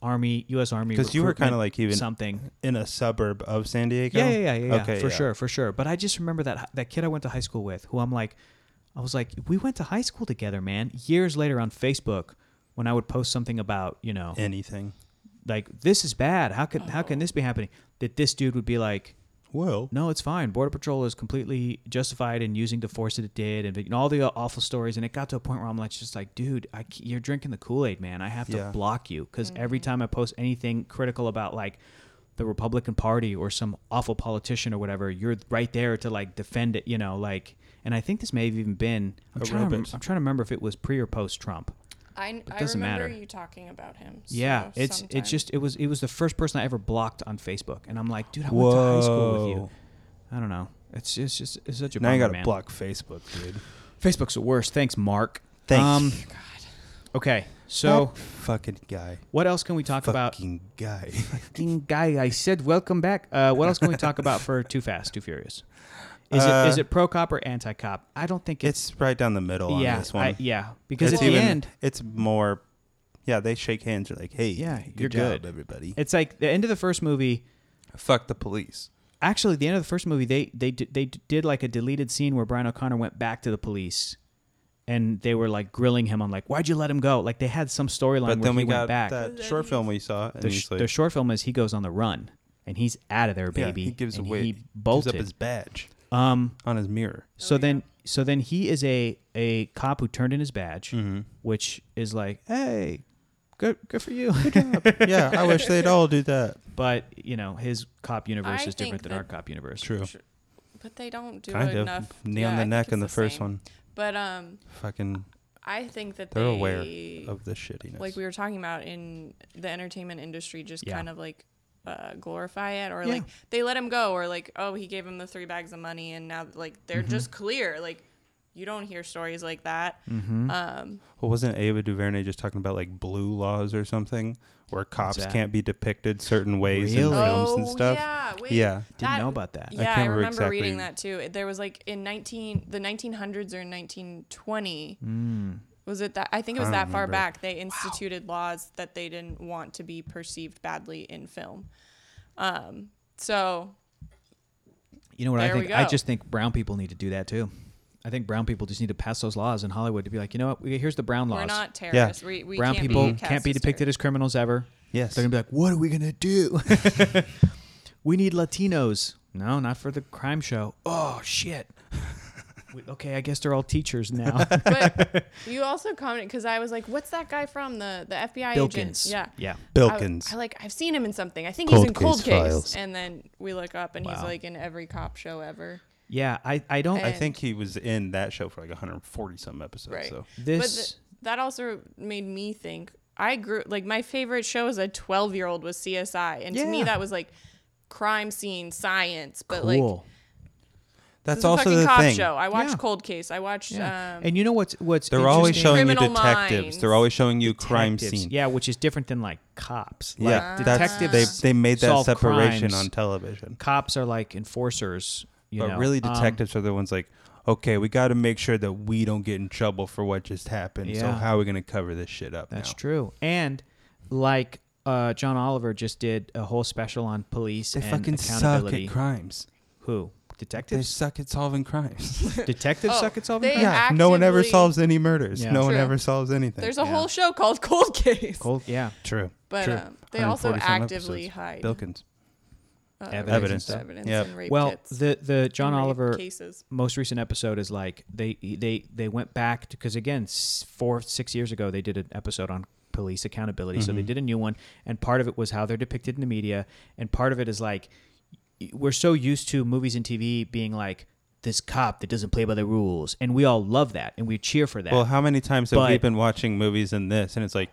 Speaker 3: army, U.S. Army.
Speaker 1: 'Cause you were kinda
Speaker 3: recruitment
Speaker 1: like even-
Speaker 3: something.
Speaker 1: in a suburb of San Diego.
Speaker 3: Yeah, yeah, yeah, yeah. yeah.
Speaker 1: Okay,
Speaker 3: for
Speaker 1: yeah.
Speaker 3: sure, for sure. But I just remember that that kid I went to high school with, who I'm like, I was like, we went to high school together, man. Years later on Facebook, when I would post something about, you know,
Speaker 1: Anything.
Speaker 3: like this is bad. How could how can this be happening? That this dude would be like,
Speaker 1: Well,
Speaker 3: no, it's fine. Border Patrol is completely justified in using the force that it did, and, and all the uh, awful stories. And it got to a point where I'm like, just like, dude, I, c- you're drinking the Kool Aid, man. I have to
Speaker 1: Yeah.
Speaker 3: block you because every time I post anything critical about like the Republican Party or some awful politician or whatever, you're right there to like defend it, you know, like. And I think this may have even been. I'm,
Speaker 1: A
Speaker 3: trying to, rem-
Speaker 1: robot.
Speaker 3: I'm trying to remember if it was pre or post Trump.
Speaker 2: I, I
Speaker 3: doesn't
Speaker 2: remember
Speaker 3: matter.
Speaker 2: you talking about him. so
Speaker 3: Yeah, it's
Speaker 2: sometime.
Speaker 3: it's just it was it was the first person I ever blocked on Facebook, and I'm like, dude, I went to high school with you.
Speaker 1: Whoa.
Speaker 3: I don't know. It's just, it's just it's such a
Speaker 1: now you
Speaker 3: bummer,
Speaker 1: gotta
Speaker 3: man.
Speaker 1: block Facebook, dude.
Speaker 3: Facebook's the worst. Thanks, Mark. Um,
Speaker 1: Thanks.
Speaker 3: okay, so
Speaker 4: That fucking guy.
Speaker 3: what else can we talk about?
Speaker 4: fucking guy.
Speaker 3: Fucking guy, I said welcome back. Uh, what else can we talk about for Too Fast, Too Furious? Is
Speaker 1: Uh,
Speaker 3: it is it pro cop or anti cop? I don't think it's,
Speaker 1: It's right down the middle
Speaker 3: yeah
Speaker 1: on this one.
Speaker 3: I- yeah because
Speaker 1: it's
Speaker 3: at the
Speaker 1: even-
Speaker 3: end
Speaker 1: it's more. Yeah, they shake hands. They're like, "Hey,
Speaker 3: Yeah,
Speaker 1: good
Speaker 3: you're
Speaker 1: job,
Speaker 3: good.
Speaker 1: everybody."
Speaker 3: it's like the end of the first movie.
Speaker 1: Fuck the police.
Speaker 3: actually the end of the first movie they they d- they d- did like a deleted scene where Brian O'Connor went back to the police and they were like grilling him on like why'd you let him go like they had some storyline where
Speaker 1: But then
Speaker 3: he
Speaker 1: we got
Speaker 3: went back
Speaker 1: that short film we saw, and
Speaker 3: the,
Speaker 1: he's
Speaker 3: sh-
Speaker 1: like,
Speaker 3: the short film is he goes on the run and he's out of there
Speaker 1: yeah,
Speaker 3: baby
Speaker 1: he gives
Speaker 3: and
Speaker 1: away.
Speaker 3: he
Speaker 1: gives
Speaker 3: bolted
Speaker 1: up his badge
Speaker 2: Oh,
Speaker 3: um
Speaker 1: on his mirror.
Speaker 3: so then so then he is a a cop who turned in his badge
Speaker 1: Mm-hmm.
Speaker 3: which is like hey good good for you
Speaker 1: yeah, I wish they'd all do that.
Speaker 3: but you know his cop universe
Speaker 2: I
Speaker 3: is
Speaker 2: think
Speaker 3: different than
Speaker 2: that-
Speaker 3: our cop universe
Speaker 1: True.
Speaker 2: But they don't do
Speaker 1: Kind
Speaker 2: enough.
Speaker 1: of knee on
Speaker 2: Yeah, I
Speaker 1: the
Speaker 2: think
Speaker 1: neck
Speaker 2: it's
Speaker 1: in the first
Speaker 2: same.
Speaker 1: one.
Speaker 2: But um,
Speaker 1: Fucking,
Speaker 2: I think that
Speaker 1: they're
Speaker 2: they
Speaker 1: aware of the shittiness.
Speaker 2: like we were talking about in the entertainment industry just
Speaker 3: Yeah.
Speaker 2: kind of like uh, glorify it or
Speaker 3: Yeah.
Speaker 2: like they let him go or like oh he gave him the three bags of money and now like they're
Speaker 1: Mm-hmm.
Speaker 2: just clear like you don't hear stories like that
Speaker 1: Mm-hmm.
Speaker 2: um
Speaker 1: well, wasn't Ava DuVernay just talking about like blue laws or something, where cops
Speaker 3: that?
Speaker 1: can't be depicted certain ways in
Speaker 3: Really?
Speaker 1: films
Speaker 2: oh
Speaker 1: and stuff?
Speaker 2: yeah wait,
Speaker 1: Yeah.
Speaker 3: didn't
Speaker 2: that-
Speaker 3: know about that
Speaker 2: yeah i,
Speaker 1: can't remember
Speaker 2: remember reading
Speaker 1: exactly.
Speaker 2: that too It- there was like in 19 the 1900s or in 1920
Speaker 3: Hmm.
Speaker 2: was it that i think it was
Speaker 1: I
Speaker 2: that
Speaker 1: don't
Speaker 2: far
Speaker 1: remember.
Speaker 2: back they instituted laws that they didn't want to be perceived badly in film um so
Speaker 3: You know what I
Speaker 2: There we
Speaker 3: think? I
Speaker 2: go.
Speaker 3: just think brown people need to do that too. I think brown people just need to pass those laws in Hollywood to be like, you know what? We- Here's the brown laws.
Speaker 2: We're not terrorists. We, we
Speaker 3: brown
Speaker 2: can't
Speaker 3: people
Speaker 2: be
Speaker 3: can't be depicted as criminals ever.
Speaker 1: Yes.
Speaker 3: They're gonna be like, what are we gonna do? we need Latinos. No, not for the crime show. Oh shit. We- okay, I guess they're all teachers now.
Speaker 2: but you also commented because I was like, "What's that guy from the the FBI
Speaker 3: Bilkins.
Speaker 2: agent?" Yeah,
Speaker 3: Yeah.
Speaker 4: Bilkins.
Speaker 2: I, I like I've seen him in something. I think
Speaker 4: Cold
Speaker 2: he's in Cold
Speaker 4: Case
Speaker 2: Case.
Speaker 4: Files.
Speaker 2: And then we look up, and he's
Speaker 3: Wow.
Speaker 2: like in every cop show ever.
Speaker 3: Yeah. I, I don't.
Speaker 1: I
Speaker 2: And-
Speaker 1: think he was in that show for like 140 some episodes.
Speaker 2: Right.
Speaker 1: So
Speaker 2: But
Speaker 3: this.
Speaker 2: th- that also made me think. I grew like my favorite show as a twelve year old was CSI, and to me
Speaker 3: Yeah.
Speaker 2: that was like crime scene science, but
Speaker 3: cool.
Speaker 2: like.
Speaker 1: that's
Speaker 2: It's a
Speaker 1: also
Speaker 2: fucking
Speaker 1: the
Speaker 2: cop
Speaker 1: thing.
Speaker 2: show. I watched
Speaker 3: Yeah.
Speaker 2: Cold Case. I watched.
Speaker 3: yeah.
Speaker 2: Um,
Speaker 3: and you know what's what's
Speaker 1: They're always
Speaker 3: interesting?
Speaker 1: showing you
Speaker 2: Criminal
Speaker 1: detectives. They're
Speaker 2: Minds.
Speaker 1: always showing you crime
Speaker 3: Detectives.
Speaker 1: scene.
Speaker 3: Yeah, which is different than like cops. Like,
Speaker 1: yeah. that's
Speaker 3: detectives.
Speaker 1: they they made that
Speaker 3: solve
Speaker 1: separation
Speaker 3: crimes.
Speaker 1: on television.
Speaker 3: cops are like enforcers. You
Speaker 1: but
Speaker 3: know,
Speaker 1: really,
Speaker 3: Um,
Speaker 1: detectives are the ones like, okay, we got to make sure that we don't get in trouble for what just happened. So
Speaker 3: Yeah.
Speaker 1: how are we going to cover this shit up?
Speaker 3: that's
Speaker 1: now?
Speaker 3: true. And like uh, John Oliver just did a whole special on police
Speaker 1: They
Speaker 3: and
Speaker 1: fucking suck
Speaker 3: accountability.
Speaker 1: at crimes.
Speaker 3: Who
Speaker 1: They
Speaker 3: detectives?
Speaker 1: suck at solving crimes.
Speaker 3: detectives
Speaker 2: Oh,
Speaker 3: suck at solving
Speaker 2: they-
Speaker 3: crimes.
Speaker 1: yeah, no one ever
Speaker 2: actively-
Speaker 1: solves any murders.
Speaker 3: Yeah.
Speaker 1: No one
Speaker 2: True.
Speaker 1: ever solves anything.
Speaker 2: there's a
Speaker 3: yeah.
Speaker 2: whole show called Cold Case.
Speaker 3: Cold, yeah.
Speaker 1: true.
Speaker 2: But
Speaker 1: true.
Speaker 2: um, they also
Speaker 1: 140 some
Speaker 2: actively
Speaker 1: episodes.
Speaker 2: hide
Speaker 1: Bilkins.
Speaker 2: uh,
Speaker 3: Evidence.
Speaker 2: evidence, evidence
Speaker 1: Yep.
Speaker 2: and rape
Speaker 3: Well,
Speaker 2: kits
Speaker 3: the the John
Speaker 2: and rape
Speaker 3: Oliver
Speaker 2: cases.
Speaker 3: most recent episode is like they they they went back because again s- four six years ago they did an episode on police accountability so they did a new one and part of it was how they're depicted in the media and part of it is like y- we're so used to movies and tv being like this cop that doesn't play by the rules and we all love that and we cheer for that
Speaker 1: Well, how many times have we
Speaker 3: But-
Speaker 1: been watching movies in this? And it's like,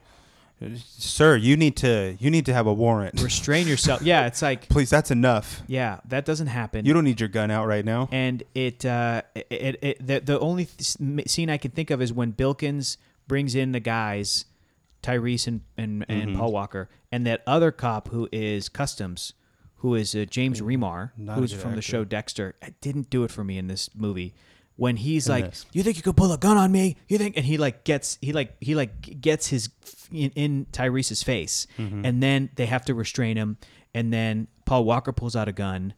Speaker 1: sir, you need to you need to have a warrant.
Speaker 3: restrain yourself yeah it's like
Speaker 1: Please, that's enough.
Speaker 3: yeah that doesn't happen
Speaker 1: You don't need your gun out right now.
Speaker 3: and it uh, it, it, it the, the only th- m- scene I can think of is when Bilkins brings in the guys Tyrese and and, and Paul Walker and that other cop who is customs who is uh, James Remar
Speaker 1: Not a
Speaker 3: who's
Speaker 1: good
Speaker 3: from the
Speaker 1: actor.
Speaker 3: show Dexter it didn't do it for me in this movie when he's like
Speaker 1: this.
Speaker 3: you think you could pull a gun on me you think and he like gets he like he like g- gets his f- in, in Tyrese's face
Speaker 1: Mm-hmm.
Speaker 3: and then they have to restrain him and then Paul Walker pulls out a gun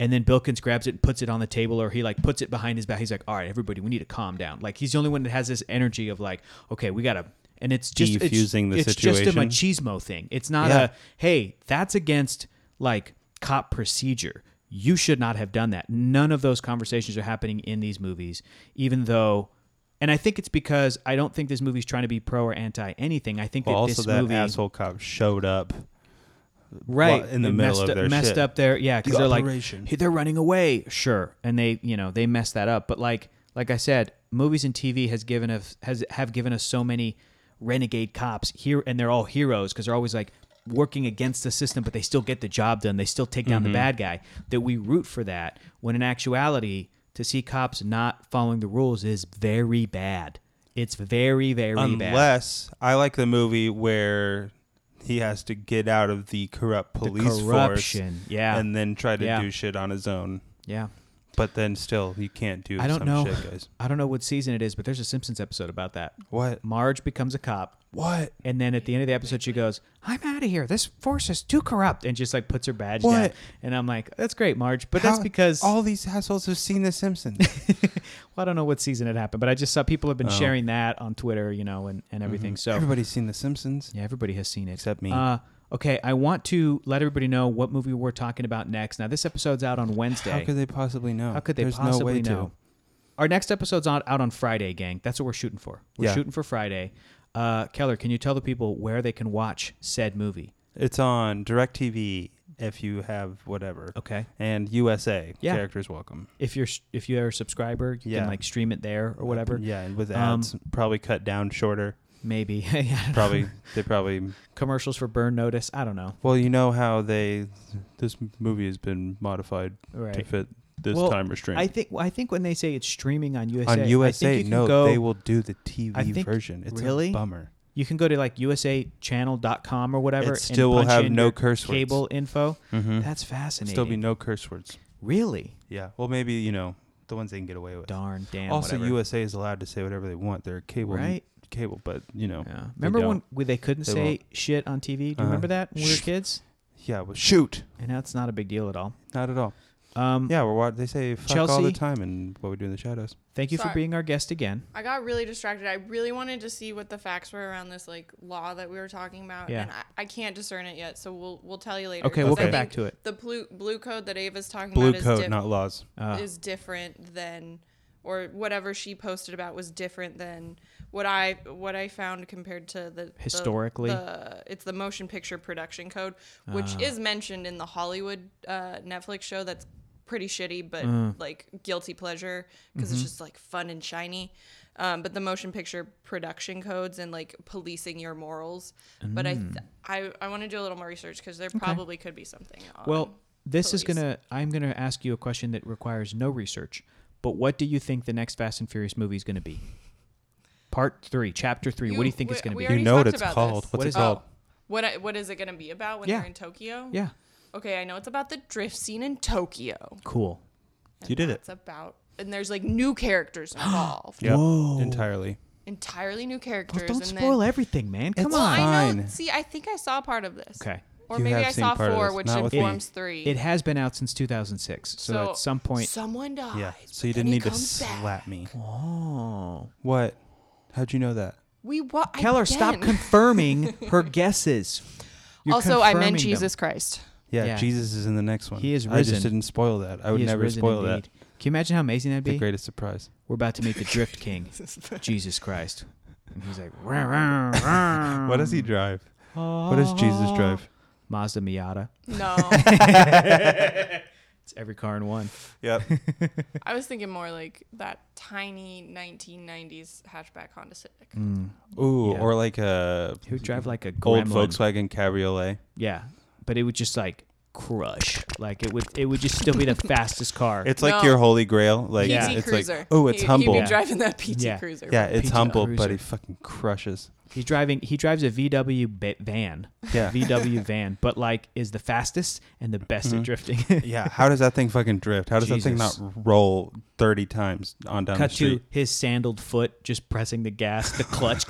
Speaker 3: and then Bilkins grabs it and puts it on the table, or he like puts it behind his back. He's like, "All right, everybody, we need to calm down." Like he's the only one that has this energy of like, "Okay, we gotta." And it's just it's-
Speaker 1: Defusing the
Speaker 3: it's, just a machismo thing. It's not
Speaker 1: Yeah.
Speaker 3: a hey, that's against like cop procedure. You should not have done that. None of those conversations are happening in these movies, even though. And I think it's because I don't think this movie's trying to be pro or anti anything. I think
Speaker 1: Well,
Speaker 3: that
Speaker 1: also
Speaker 3: this
Speaker 1: that
Speaker 3: movie,
Speaker 1: asshole cop showed up
Speaker 3: right
Speaker 1: wa- in the
Speaker 3: They
Speaker 1: middle
Speaker 3: messed
Speaker 1: of
Speaker 3: up,
Speaker 1: their
Speaker 3: messed
Speaker 1: shit.
Speaker 3: up their yeah because
Speaker 4: The
Speaker 3: they're
Speaker 4: operation.
Speaker 3: like "Hey, they're running away sure and they you know they messed that up but like like I said movies and TV has given us has have given us so many renegade cops here and they're all heroes because they're always like working against the system but they still get the job done they still take down
Speaker 1: Mm-hmm.
Speaker 3: the bad guy that we root for that when in actuality to see cops not following the rules is very bad it's very very bad
Speaker 1: Unless I like the movie where he has to get out of the corrupt police
Speaker 3: corruption,
Speaker 1: force,
Speaker 3: yeah.
Speaker 1: and then try to
Speaker 3: Yeah.
Speaker 1: do shit on his own.
Speaker 3: yeah
Speaker 1: But then still, you can't do.
Speaker 3: I don't
Speaker 1: some
Speaker 3: know.
Speaker 1: shit, guys.
Speaker 3: I don't know what season it is, but there's a Simpsons episode about that.
Speaker 1: What?
Speaker 3: Marge becomes a cop,
Speaker 1: What?
Speaker 3: and then at the end of the episode, she goes, "I'm out of here. This force is too corrupt," and just like puts her badge down.
Speaker 1: What?
Speaker 3: And I'm like, "That's great, Marge," but
Speaker 1: How-
Speaker 3: that's because
Speaker 1: all these assholes have seen The Simpsons.
Speaker 3: well, I don't know what season it happened, but I just saw
Speaker 1: Oh.
Speaker 3: people have been sharing that on Twitter, you know, and and everything. So
Speaker 1: Everybody's seen The Simpsons.
Speaker 3: yeah, everybody has seen it
Speaker 1: Mm-hmm. Except me.
Speaker 3: Uh, okay, I want to let everybody know what movie we're talking about next. Now, this episode's out on Wednesday.
Speaker 1: How could they possibly know?
Speaker 3: How could they
Speaker 1: Oh, There's no
Speaker 3: possibly
Speaker 1: way to.
Speaker 3: know? Our next episode's on, out on Friday, gang. That's what we're shooting for. We're
Speaker 1: Yeah.
Speaker 3: shooting for Friday. Uh, Keller, can you tell the people where they can watch said movie?
Speaker 1: It's on DirecTV if you have whatever.
Speaker 3: Okay.
Speaker 1: And USA
Speaker 3: Yeah.
Speaker 1: characters welcome.
Speaker 3: If you're if you're a subscriber, you
Speaker 1: Yeah.
Speaker 3: can like stream it there or whatever.
Speaker 1: Yeah, and with
Speaker 3: Um,
Speaker 1: ads probably cut down shorter.
Speaker 3: Maybe Yeah.
Speaker 1: Probably they probably.
Speaker 3: commercials for burn notice. I don't know.
Speaker 1: Well, you know how they this movie has been modified to
Speaker 3: Right.
Speaker 1: fit this
Speaker 3: Well,
Speaker 1: time restraint.
Speaker 3: I think I think when they say it's streaming on USA,
Speaker 1: on USA,
Speaker 3: I think you can
Speaker 1: no,
Speaker 3: go,
Speaker 1: they will do the TV
Speaker 3: I think-
Speaker 1: version. It's
Speaker 3: really?
Speaker 1: a bummer.
Speaker 3: You can go to like usachannel.com or whatever.
Speaker 1: It still will
Speaker 3: and punch
Speaker 1: have
Speaker 3: in
Speaker 1: no
Speaker 3: your
Speaker 1: curse words.
Speaker 3: cable info.
Speaker 1: Mm-hmm.
Speaker 3: That's fascinating.
Speaker 1: Still be no curse words.
Speaker 3: really
Speaker 1: Yeah. Well, maybe you know the ones they can get away with.
Speaker 3: darn damn.
Speaker 1: also,
Speaker 3: whatever.
Speaker 1: USA is allowed to say whatever they want. They're a cable,
Speaker 3: Right.
Speaker 1: Cable, but you know,
Speaker 3: Yeah.
Speaker 1: they
Speaker 3: Remember when
Speaker 1: don't.
Speaker 3: we, they couldn't
Speaker 1: They
Speaker 3: say
Speaker 1: won't.
Speaker 3: shit on TV? Do you
Speaker 1: Uh-huh.
Speaker 3: remember that when we were
Speaker 1: Shh.
Speaker 3: kids?
Speaker 1: Yeah, well, shoot,
Speaker 3: And that's not a big deal at all.
Speaker 1: not at all.
Speaker 3: Um,
Speaker 1: Yeah, we're watching. They say fuck all the
Speaker 3: Chelsea?
Speaker 1: time, and what we do in the shadows.
Speaker 3: Thank you for
Speaker 2: Sorry.
Speaker 3: being our guest again.
Speaker 2: I got really distracted. I really wanted to see what the facts were around this like law that we were talking about,
Speaker 3: Yeah.
Speaker 2: and I, I can't discern it yet. So we'll we'll tell you later.
Speaker 3: Okay,
Speaker 2: 'cause
Speaker 3: we'll
Speaker 2: I
Speaker 3: come back
Speaker 2: think
Speaker 3: to it.
Speaker 2: The blue blue code that Ava's talking
Speaker 1: Blue
Speaker 2: about is,
Speaker 1: coat,
Speaker 2: dif-
Speaker 1: not laws.
Speaker 3: Uh,
Speaker 2: is different than, or whatever she posted about was different than what I what I found compared to the the-
Speaker 3: Historically? Ah.
Speaker 2: the- it's the motion picture production code, which is mentioned in the Hollywood uh, Netflix show. That's pretty shitty, but
Speaker 3: Mm.
Speaker 2: like guilty pleasure because
Speaker 3: Mm-hmm.
Speaker 2: it's just like fun and shiny. Um, but the motion picture production codes and like policing your morals. But I,
Speaker 3: Mm.
Speaker 2: th- I, I want to do a little more research because there probably could be something. On.
Speaker 3: well, this is
Speaker 2: police.
Speaker 3: gonna. I'm gonna ask you a question that requires no research. But what do you think the next Fast and Furious movie is gonna be? Part three, chapter three. what do you think
Speaker 2: we-
Speaker 3: it's gonna
Speaker 2: we
Speaker 3: be?
Speaker 2: already
Speaker 1: You know what
Speaker 2: talked
Speaker 1: it's
Speaker 2: about
Speaker 1: called. What's
Speaker 2: this.
Speaker 3: What
Speaker 1: it
Speaker 3: is it?
Speaker 1: called?
Speaker 2: Oh, What I, what is it going to be about when
Speaker 3: Yeah.
Speaker 2: they're in Tokyo?
Speaker 3: yeah.
Speaker 2: Okay, I know it's about the drift scene in Tokyo.
Speaker 3: Cool.
Speaker 1: You did it.
Speaker 2: It's about and there's like new characters involved,
Speaker 1: Yeah,
Speaker 3: Whoa.
Speaker 1: entirely.
Speaker 2: entirely new characters.
Speaker 3: Well, don't
Speaker 2: and
Speaker 3: spoil
Speaker 2: then,
Speaker 3: everything, man. Come
Speaker 1: It's
Speaker 3: on.
Speaker 2: I know.
Speaker 1: Fine.
Speaker 2: See, I think I saw part of this.
Speaker 3: Okay.
Speaker 2: Or
Speaker 1: You
Speaker 2: maybe
Speaker 1: have
Speaker 2: I
Speaker 1: seen
Speaker 2: saw
Speaker 1: part of
Speaker 2: four,
Speaker 1: this.
Speaker 2: which
Speaker 1: Not with me.
Speaker 2: informs three.
Speaker 3: It has been out since 2006, so, at some point.
Speaker 2: someone dies.
Speaker 1: Yeah.
Speaker 2: but
Speaker 1: So you didn't
Speaker 2: then he
Speaker 1: need to
Speaker 2: comes back.
Speaker 1: slap me.
Speaker 3: oh.
Speaker 1: What? How'd you know that?
Speaker 2: We wa- I-
Speaker 3: Keller, stop
Speaker 2: again.
Speaker 3: confirming her guesses. You're
Speaker 2: also, I
Speaker 3: confirming
Speaker 2: meant
Speaker 3: them.
Speaker 2: Jesus Christ.
Speaker 1: Yeah,
Speaker 3: Yeah.
Speaker 1: Jesus is in the next one.
Speaker 3: He is
Speaker 1: I just
Speaker 3: risen.
Speaker 1: didn't spoil that. I would
Speaker 3: He is
Speaker 1: never
Speaker 3: risen
Speaker 1: spoil
Speaker 3: indeed. Can you imagine how amazing that'd
Speaker 1: that. The
Speaker 3: be?
Speaker 1: greatest surprise.
Speaker 3: We're about to meet the Drift King, Jesus Christ. And he's like, "Rah, rah, rah."
Speaker 1: What does he drive?
Speaker 3: Ah.
Speaker 1: What does Jesus drive?
Speaker 3: Mazda Miata.
Speaker 2: No,
Speaker 3: It's every car in one.
Speaker 1: Yep.
Speaker 2: I was thinking more like that tiny 1990s hatchback Honda Civic.
Speaker 3: Mm.
Speaker 1: Ooh,
Speaker 3: Yeah.
Speaker 1: or like a
Speaker 3: He would drive like a
Speaker 1: old
Speaker 3: gremlin.
Speaker 1: Volkswagen Cabriolet.
Speaker 3: Yeah, but it would just like crush. Like it would, it would just still be the fastest car.
Speaker 1: It's like
Speaker 2: No.
Speaker 1: your holy grail. Like
Speaker 2: PT
Speaker 3: Yeah.
Speaker 1: it's
Speaker 2: Cruiser.
Speaker 1: like oh, it's
Speaker 2: He-
Speaker 1: humble.
Speaker 2: He'd be
Speaker 1: Yeah,
Speaker 2: driving that PT
Speaker 3: Yeah.
Speaker 2: Cruiser.
Speaker 1: it's
Speaker 3: Pizza
Speaker 1: humble, but
Speaker 3: Cruiser.
Speaker 1: he fucking crushes.
Speaker 3: He's driving. He drives a VW ba- van.
Speaker 1: Yeah.
Speaker 3: VW van, but like is the fastest and the best at drifting.
Speaker 1: Mm-hmm. Yeah, how does that thing fucking drift? How does that thing
Speaker 3: Jesus.
Speaker 1: not roll thirty times on down
Speaker 3: Cut
Speaker 1: the
Speaker 3: to
Speaker 1: street?
Speaker 3: his sandaled foot just pressing the gas, the clutch.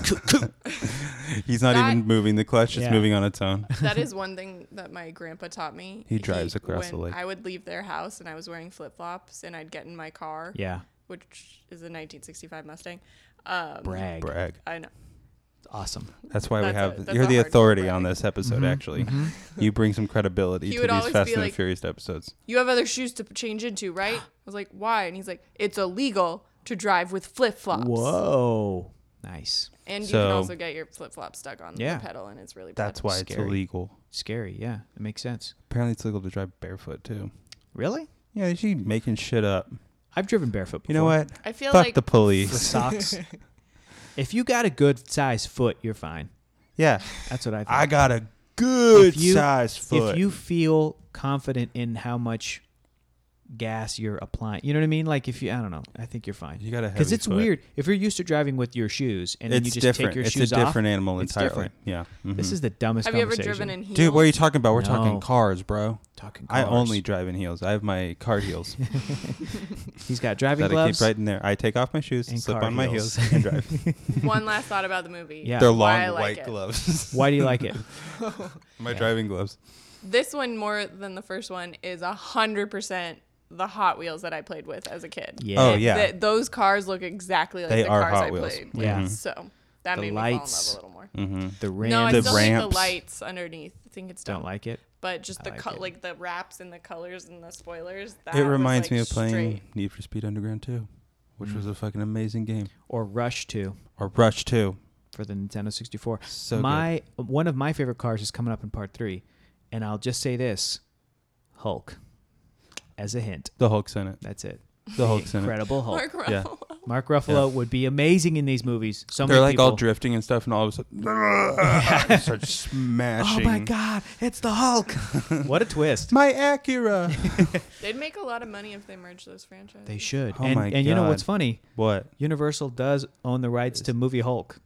Speaker 1: He's not
Speaker 2: That-
Speaker 1: even moving the clutch; it's
Speaker 3: Yeah.
Speaker 1: moving on its own.
Speaker 2: that is one thing that my grandpa taught me.
Speaker 1: He drives across
Speaker 2: when
Speaker 1: the lake.
Speaker 2: I would leave their house and I was wearing flip flops and I'd get in my car,
Speaker 3: yeah,
Speaker 2: which is a 1965 Mustang. Um,
Speaker 3: brag.
Speaker 1: Brag.
Speaker 2: I know.
Speaker 3: Awesome.
Speaker 1: That's why
Speaker 2: That's a-
Speaker 1: we have.
Speaker 2: that's
Speaker 1: you're
Speaker 2: a
Speaker 1: the
Speaker 2: hard
Speaker 1: authority
Speaker 2: brag.
Speaker 1: on this episode.
Speaker 3: Mm-hmm.
Speaker 1: Actually, you bring some credibility
Speaker 2: He
Speaker 1: to
Speaker 2: would
Speaker 1: these
Speaker 2: always
Speaker 1: Fast
Speaker 2: be
Speaker 1: and
Speaker 2: like-
Speaker 1: Furious episodes.
Speaker 2: You have other shoes to change into, right? I was like, why? And he's like, it's illegal to drive with flip flops.
Speaker 3: Whoa. Nice.
Speaker 2: And you
Speaker 1: So-
Speaker 2: can also get your flip flops stuck on
Speaker 3: Yeah.
Speaker 2: the pedal, and it's really bad.
Speaker 1: That's why
Speaker 3: Scary.
Speaker 1: it's illegal.
Speaker 3: scary. Yeah, it makes sense.
Speaker 1: Apparently, it's legal to drive barefoot too.
Speaker 3: Really?
Speaker 1: Yeah, she making shit up.
Speaker 3: I've driven barefoot. Before.
Speaker 1: You know what?
Speaker 2: I feel
Speaker 1: Fuck
Speaker 2: like
Speaker 1: the
Speaker 3: With
Speaker 1: police.
Speaker 3: socks. if you got a good size foot, you're fine.
Speaker 1: yeah,
Speaker 3: That's what I think.
Speaker 1: I got a good
Speaker 3: If you-
Speaker 1: size foot.
Speaker 3: if you feel confident in how much gas you're applying, you know what I mean? Like if you, I don't know, I think you're fine.
Speaker 1: You got a
Speaker 3: Because
Speaker 1: heavy
Speaker 3: it's
Speaker 1: foot.
Speaker 3: weird if you're used to driving with your shoes and then
Speaker 1: it's
Speaker 3: you just
Speaker 1: different.
Speaker 3: take your
Speaker 1: it's
Speaker 3: shoes
Speaker 1: a different animal
Speaker 3: it's
Speaker 1: entirely.
Speaker 3: different.
Speaker 1: Yeah.
Speaker 3: off. This
Speaker 1: Mhm.
Speaker 3: is the dumbest.
Speaker 2: Have you ever
Speaker 3: conversation.
Speaker 2: driven in heels?
Speaker 1: dude. What are you talking about? We're
Speaker 3: No.
Speaker 1: talking cars, bro.
Speaker 3: Talking
Speaker 1: I
Speaker 3: cars.
Speaker 1: only drive in heels. I have my car heels
Speaker 3: He's got driving
Speaker 1: that I keep
Speaker 3: gloves.
Speaker 1: right in there. I take off my shoes,
Speaker 3: And
Speaker 1: slip
Speaker 3: car
Speaker 1: on my
Speaker 3: heels.
Speaker 1: heels, and drive.
Speaker 2: One last thought about the movie.
Speaker 3: Yeah.
Speaker 1: They're long
Speaker 2: Why I like
Speaker 1: white
Speaker 2: it.
Speaker 1: gloves.
Speaker 3: Why do you like it?
Speaker 1: my
Speaker 3: Yeah.
Speaker 1: driving gloves.
Speaker 2: This one more than the first one is a hundred percent the Hot Wheels that I played with as a kid.
Speaker 3: Yeah.
Speaker 1: Oh, yeah.
Speaker 2: Th- those cars look exactly like
Speaker 1: They
Speaker 2: the
Speaker 1: are
Speaker 2: cars
Speaker 1: Hot
Speaker 2: I
Speaker 1: Wheels.
Speaker 2: played.
Speaker 3: Yeah.
Speaker 2: with. So that
Speaker 3: The
Speaker 2: made
Speaker 3: lights.
Speaker 2: me fall in love a little more.
Speaker 1: Mm-hmm.
Speaker 3: The ramps.
Speaker 2: No, I
Speaker 1: The
Speaker 2: still think
Speaker 1: ramps.
Speaker 2: the lights underneath. I think it's dumb.
Speaker 3: Don't like it.
Speaker 2: but just
Speaker 3: I
Speaker 2: the
Speaker 3: like
Speaker 2: like,
Speaker 3: it.
Speaker 2: like the wraps and the colors and the spoilers. That
Speaker 1: It
Speaker 2: was,
Speaker 1: reminds
Speaker 2: like,
Speaker 1: me of playing
Speaker 2: straight.
Speaker 1: Need for Speed Underground 2, which
Speaker 3: Mm.
Speaker 1: was a fucking amazing game.
Speaker 3: Or Rush Two
Speaker 1: Or Rush 2.
Speaker 3: for the Nintendo 64.
Speaker 1: So
Speaker 3: my one of my favorite cars is coming up in part three, and I'll just say this: Hulk, as a hint.
Speaker 1: good. The Hulk's in it.
Speaker 3: That's it.
Speaker 1: The Hulk's in it.
Speaker 3: Incredible Hulk.
Speaker 2: Mark
Speaker 1: Yeah.
Speaker 2: Ruffalo.
Speaker 3: Mark Ruffalo would be amazing in these movies. So
Speaker 1: They're
Speaker 3: many
Speaker 1: like
Speaker 3: people.
Speaker 1: all drifting and stuff, and all of a sudden, start smashing.
Speaker 3: Oh God! It's the Hulk. what a twist!
Speaker 1: My Acura.
Speaker 2: They'd make a lot of money if they merged those franchises.
Speaker 3: They should.
Speaker 1: Oh
Speaker 3: and
Speaker 1: my
Speaker 3: and you know
Speaker 1: God.
Speaker 3: what's funny?
Speaker 1: what?
Speaker 3: Universal does own the rights to movie Hulk,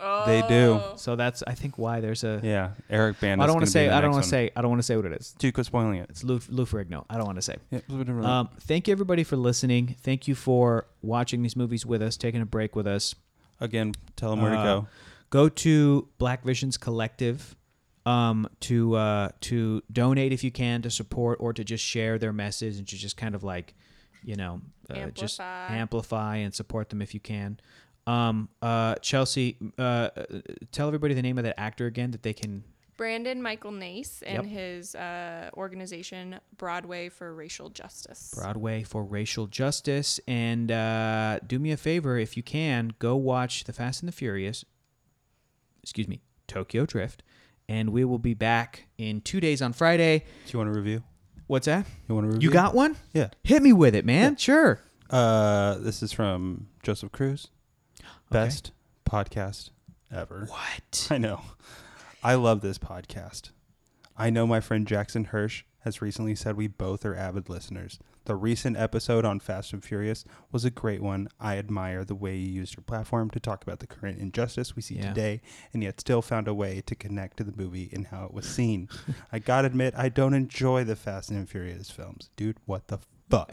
Speaker 2: Oh.
Speaker 1: They do.
Speaker 3: so that's I think why there's a.
Speaker 1: Yeah, Eric Bana.
Speaker 3: I don't want to say. I don't want to say. I don't want to say what it is.
Speaker 1: Dude, quit spoiling it.
Speaker 3: It's Lou, Lou Ferrigno. I don't want to say.
Speaker 1: Yeah,
Speaker 3: Um, thank you everybody for listening. Thank you for watching these movies with us, taking a break with us.
Speaker 1: Again, tell him where
Speaker 3: uh,
Speaker 1: to go.
Speaker 3: Go to Black Visions Collective um, to uh, to donate if you can to support or to just share their message and to just kind of like you know uh, just
Speaker 2: Amplify.
Speaker 3: amplify and support them if you can. Um, uh, Chelsea, uh, uh, tell everybody the name of that actor again that they can.
Speaker 2: Brandon Michael Nace and
Speaker 3: Yep.
Speaker 2: his uh, organization Broadway for Racial Justice.
Speaker 3: Broadway for racial justice. And uh, do me a favor, if you can, go watch The Fast and the Furious, excuse me, Tokyo Drift. And we will be back in two days on Friday.
Speaker 1: Do you want to review?
Speaker 3: What's that?
Speaker 1: You want to review?
Speaker 3: You got one?
Speaker 1: Yeah.
Speaker 3: Hit me with it, man. Sure.
Speaker 1: Uh, this is from Joseph Cruz. Best podcast ever.
Speaker 3: What?
Speaker 1: I know. I love this podcast. I know my friend Jackson Hirsch has recently said we both are avid listeners. The recent episode on Fast and Furious was a great one. I admire the way you used your platform to talk about the current injustice we see
Speaker 3: Yeah.
Speaker 1: today and yet still found a way to connect to the movie and how it was seen. I gotta admit, I don't enjoy the Fast and Furious films. Dude, what the fuck?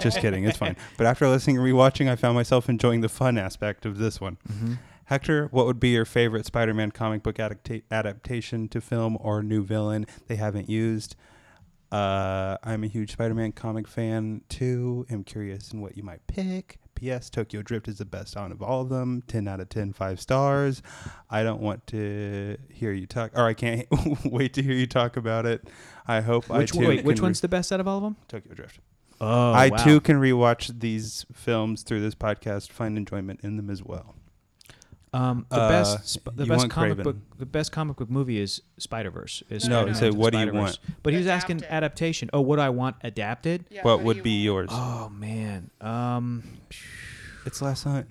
Speaker 1: Just kidding, it's fine. But after listening and rewatching, I found myself enjoying the fun aspect of this one.
Speaker 3: Mm-hmm.
Speaker 1: Hector, what would be your favorite Spider Man comic book adapta- adaptation to film or new villain they haven't used? Uh, I'm a huge Spider Man comic fan too. am curious in what you might pick. P.S. Tokyo Drift is the best out of all of them. 10 out of 10, 5 stars. I don't want to hear you talk, or I can't wait to hear you talk about it. I hope I
Speaker 3: Which,
Speaker 1: too
Speaker 3: one, wait, which
Speaker 1: can
Speaker 3: one's the best out of all of them?
Speaker 1: re- Tokyo Drift.
Speaker 3: Oh,
Speaker 1: I too can rewatch these films through this podcast, find enjoyment in them as well.
Speaker 3: Um, the
Speaker 1: Uh,
Speaker 3: best, sp- the
Speaker 1: you
Speaker 3: best
Speaker 1: want
Speaker 3: comic
Speaker 1: Craven.
Speaker 3: book, the best comic book movie is Spider Verse. Is
Speaker 2: No,
Speaker 3: Spider-Man
Speaker 2: so
Speaker 3: into the
Speaker 1: what do you
Speaker 3: Spider-Verse.
Speaker 1: want?
Speaker 3: But he was asking
Speaker 2: Adapted.
Speaker 3: adaptation. Oh, what do I want adapted?
Speaker 1: what would be yours?
Speaker 3: Oh man, um,
Speaker 1: It's Last Hunt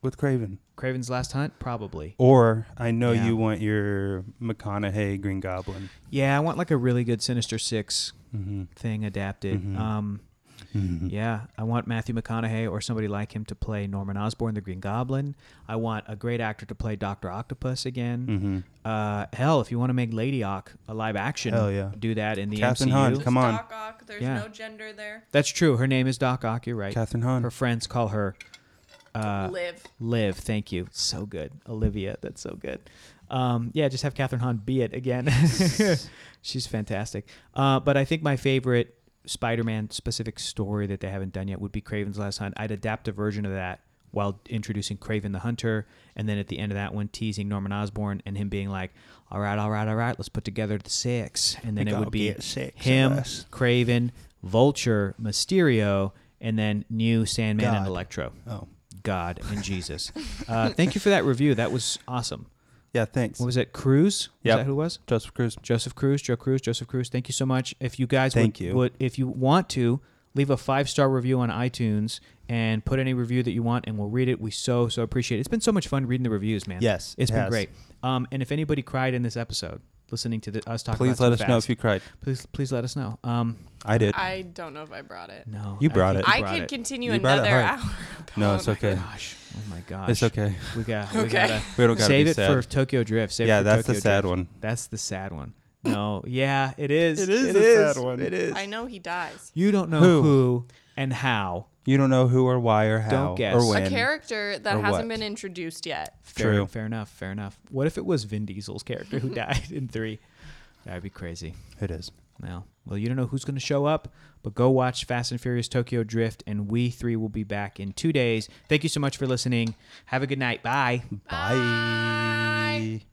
Speaker 1: with Craven.
Speaker 3: Craven's Last Hunt, probably.
Speaker 1: Or I know
Speaker 3: Yeah.
Speaker 1: you want your McConaughey Green Goblin.
Speaker 3: Yeah, I want like a really good Sinister Six
Speaker 1: Mm-hmm.
Speaker 3: thing adapted.
Speaker 1: Mhm.
Speaker 3: Um, yeah, I want Matthew McConaughey or somebody like him to play Norman Osborn, the Green Goblin. I want a great actor to play Doctor Octopus again.
Speaker 1: Mm-hmm.
Speaker 3: Uh, hell, if you want to make Lady Ock a live action,
Speaker 1: Hell yeah.
Speaker 3: do that in the
Speaker 1: Catherine
Speaker 3: MCU.
Speaker 1: Hahn, come on.
Speaker 2: Doc Ock, there's
Speaker 3: Yeah.
Speaker 2: no gender there.
Speaker 3: That's true. Her name is Doc Ock. You're right.
Speaker 1: Catherine
Speaker 3: Her
Speaker 1: Hahn.
Speaker 3: friends call her uh,
Speaker 2: Live.
Speaker 3: Liv, thank you. So good. Olivia, that's so good. Um, yeah, just have Catherine Hahn be it again. She's fantastic. Uh, but I think my favorite Spider Man specific story that they haven't done yet would be Craven's Last Hunt. I'd adapt a version of that while introducing Craven the Hunter. And then at the end of that one, teasing Norman Osborn and him being like, all right, all right, all right, let's put together the six. And then
Speaker 1: We
Speaker 3: it would
Speaker 1: gotta
Speaker 3: be
Speaker 1: get six of
Speaker 3: him,
Speaker 1: us.
Speaker 3: Craven, Vulture, Mysterio, and then new Sandman and
Speaker 1: God.
Speaker 3: Electro.
Speaker 1: Oh.
Speaker 3: God and Jesus. uh, thank you for that review. That was awesome.
Speaker 1: Yeah, thanks.
Speaker 3: What was it? Cruz? Was
Speaker 1: Yep.
Speaker 3: that who it was?
Speaker 1: Joseph Cruz.
Speaker 3: Joseph Cruz, Joe Cruz, Joseph Cruz. Thank you so much. If you guys
Speaker 1: Thank
Speaker 3: would,
Speaker 1: you.
Speaker 3: would if you want to leave a five star review on iTunes and put any review that you want, and we'll read it. We so so appreciate it. It's been so much fun reading the reviews, man.
Speaker 1: Yes,
Speaker 3: it's
Speaker 1: it
Speaker 3: been
Speaker 1: has.
Speaker 3: great. Um, and if anybody cried in this episode, listening to the, us talk,
Speaker 1: Please let
Speaker 3: about Too
Speaker 1: us know
Speaker 3: Fast,
Speaker 1: if you cried.
Speaker 3: please please let us know. Um,
Speaker 1: I did.
Speaker 2: I don't know if I brought it.
Speaker 3: no,
Speaker 1: You brought
Speaker 3: think
Speaker 1: it.
Speaker 3: you
Speaker 2: I
Speaker 3: brought
Speaker 2: could
Speaker 3: it.
Speaker 2: continue
Speaker 1: You brought it
Speaker 2: another
Speaker 1: hard.
Speaker 2: hour.
Speaker 1: no,
Speaker 2: about
Speaker 1: it's
Speaker 2: my-
Speaker 1: okay.
Speaker 3: Gosh, oh my gosh,
Speaker 1: It's okay.
Speaker 3: We got we
Speaker 2: Okay.
Speaker 3: gotta
Speaker 1: We don't gotta
Speaker 3: save
Speaker 1: be
Speaker 3: it
Speaker 1: sad.
Speaker 3: for Tokyo Drift. Save it
Speaker 1: yeah,
Speaker 3: for
Speaker 1: that's
Speaker 3: Tokyo
Speaker 1: the sad
Speaker 3: Drift.
Speaker 1: one.
Speaker 3: That's the sad one. No, yeah, it is.
Speaker 1: It is
Speaker 3: it
Speaker 1: the
Speaker 3: is.
Speaker 1: sad one.
Speaker 3: It is.
Speaker 2: I know he dies.
Speaker 3: You don't know who,
Speaker 1: Who?
Speaker 3: and how.
Speaker 1: You don't know who or why or how
Speaker 3: guess.
Speaker 1: or when.
Speaker 2: A character that
Speaker 1: or what?
Speaker 2: hasn't been introduced yet.
Speaker 3: Fair,
Speaker 1: True.
Speaker 3: Fair enough. Fair enough. What if it was Vin Diesel's character who died in three? That'd be crazy.
Speaker 1: It is.
Speaker 3: Well, well, you don't know who's going to show up, but go watch Fast and Furious Tokyo Drift, and we three will be back in two days. Thank you so much for listening. Have a good night. Bye.
Speaker 1: Bye.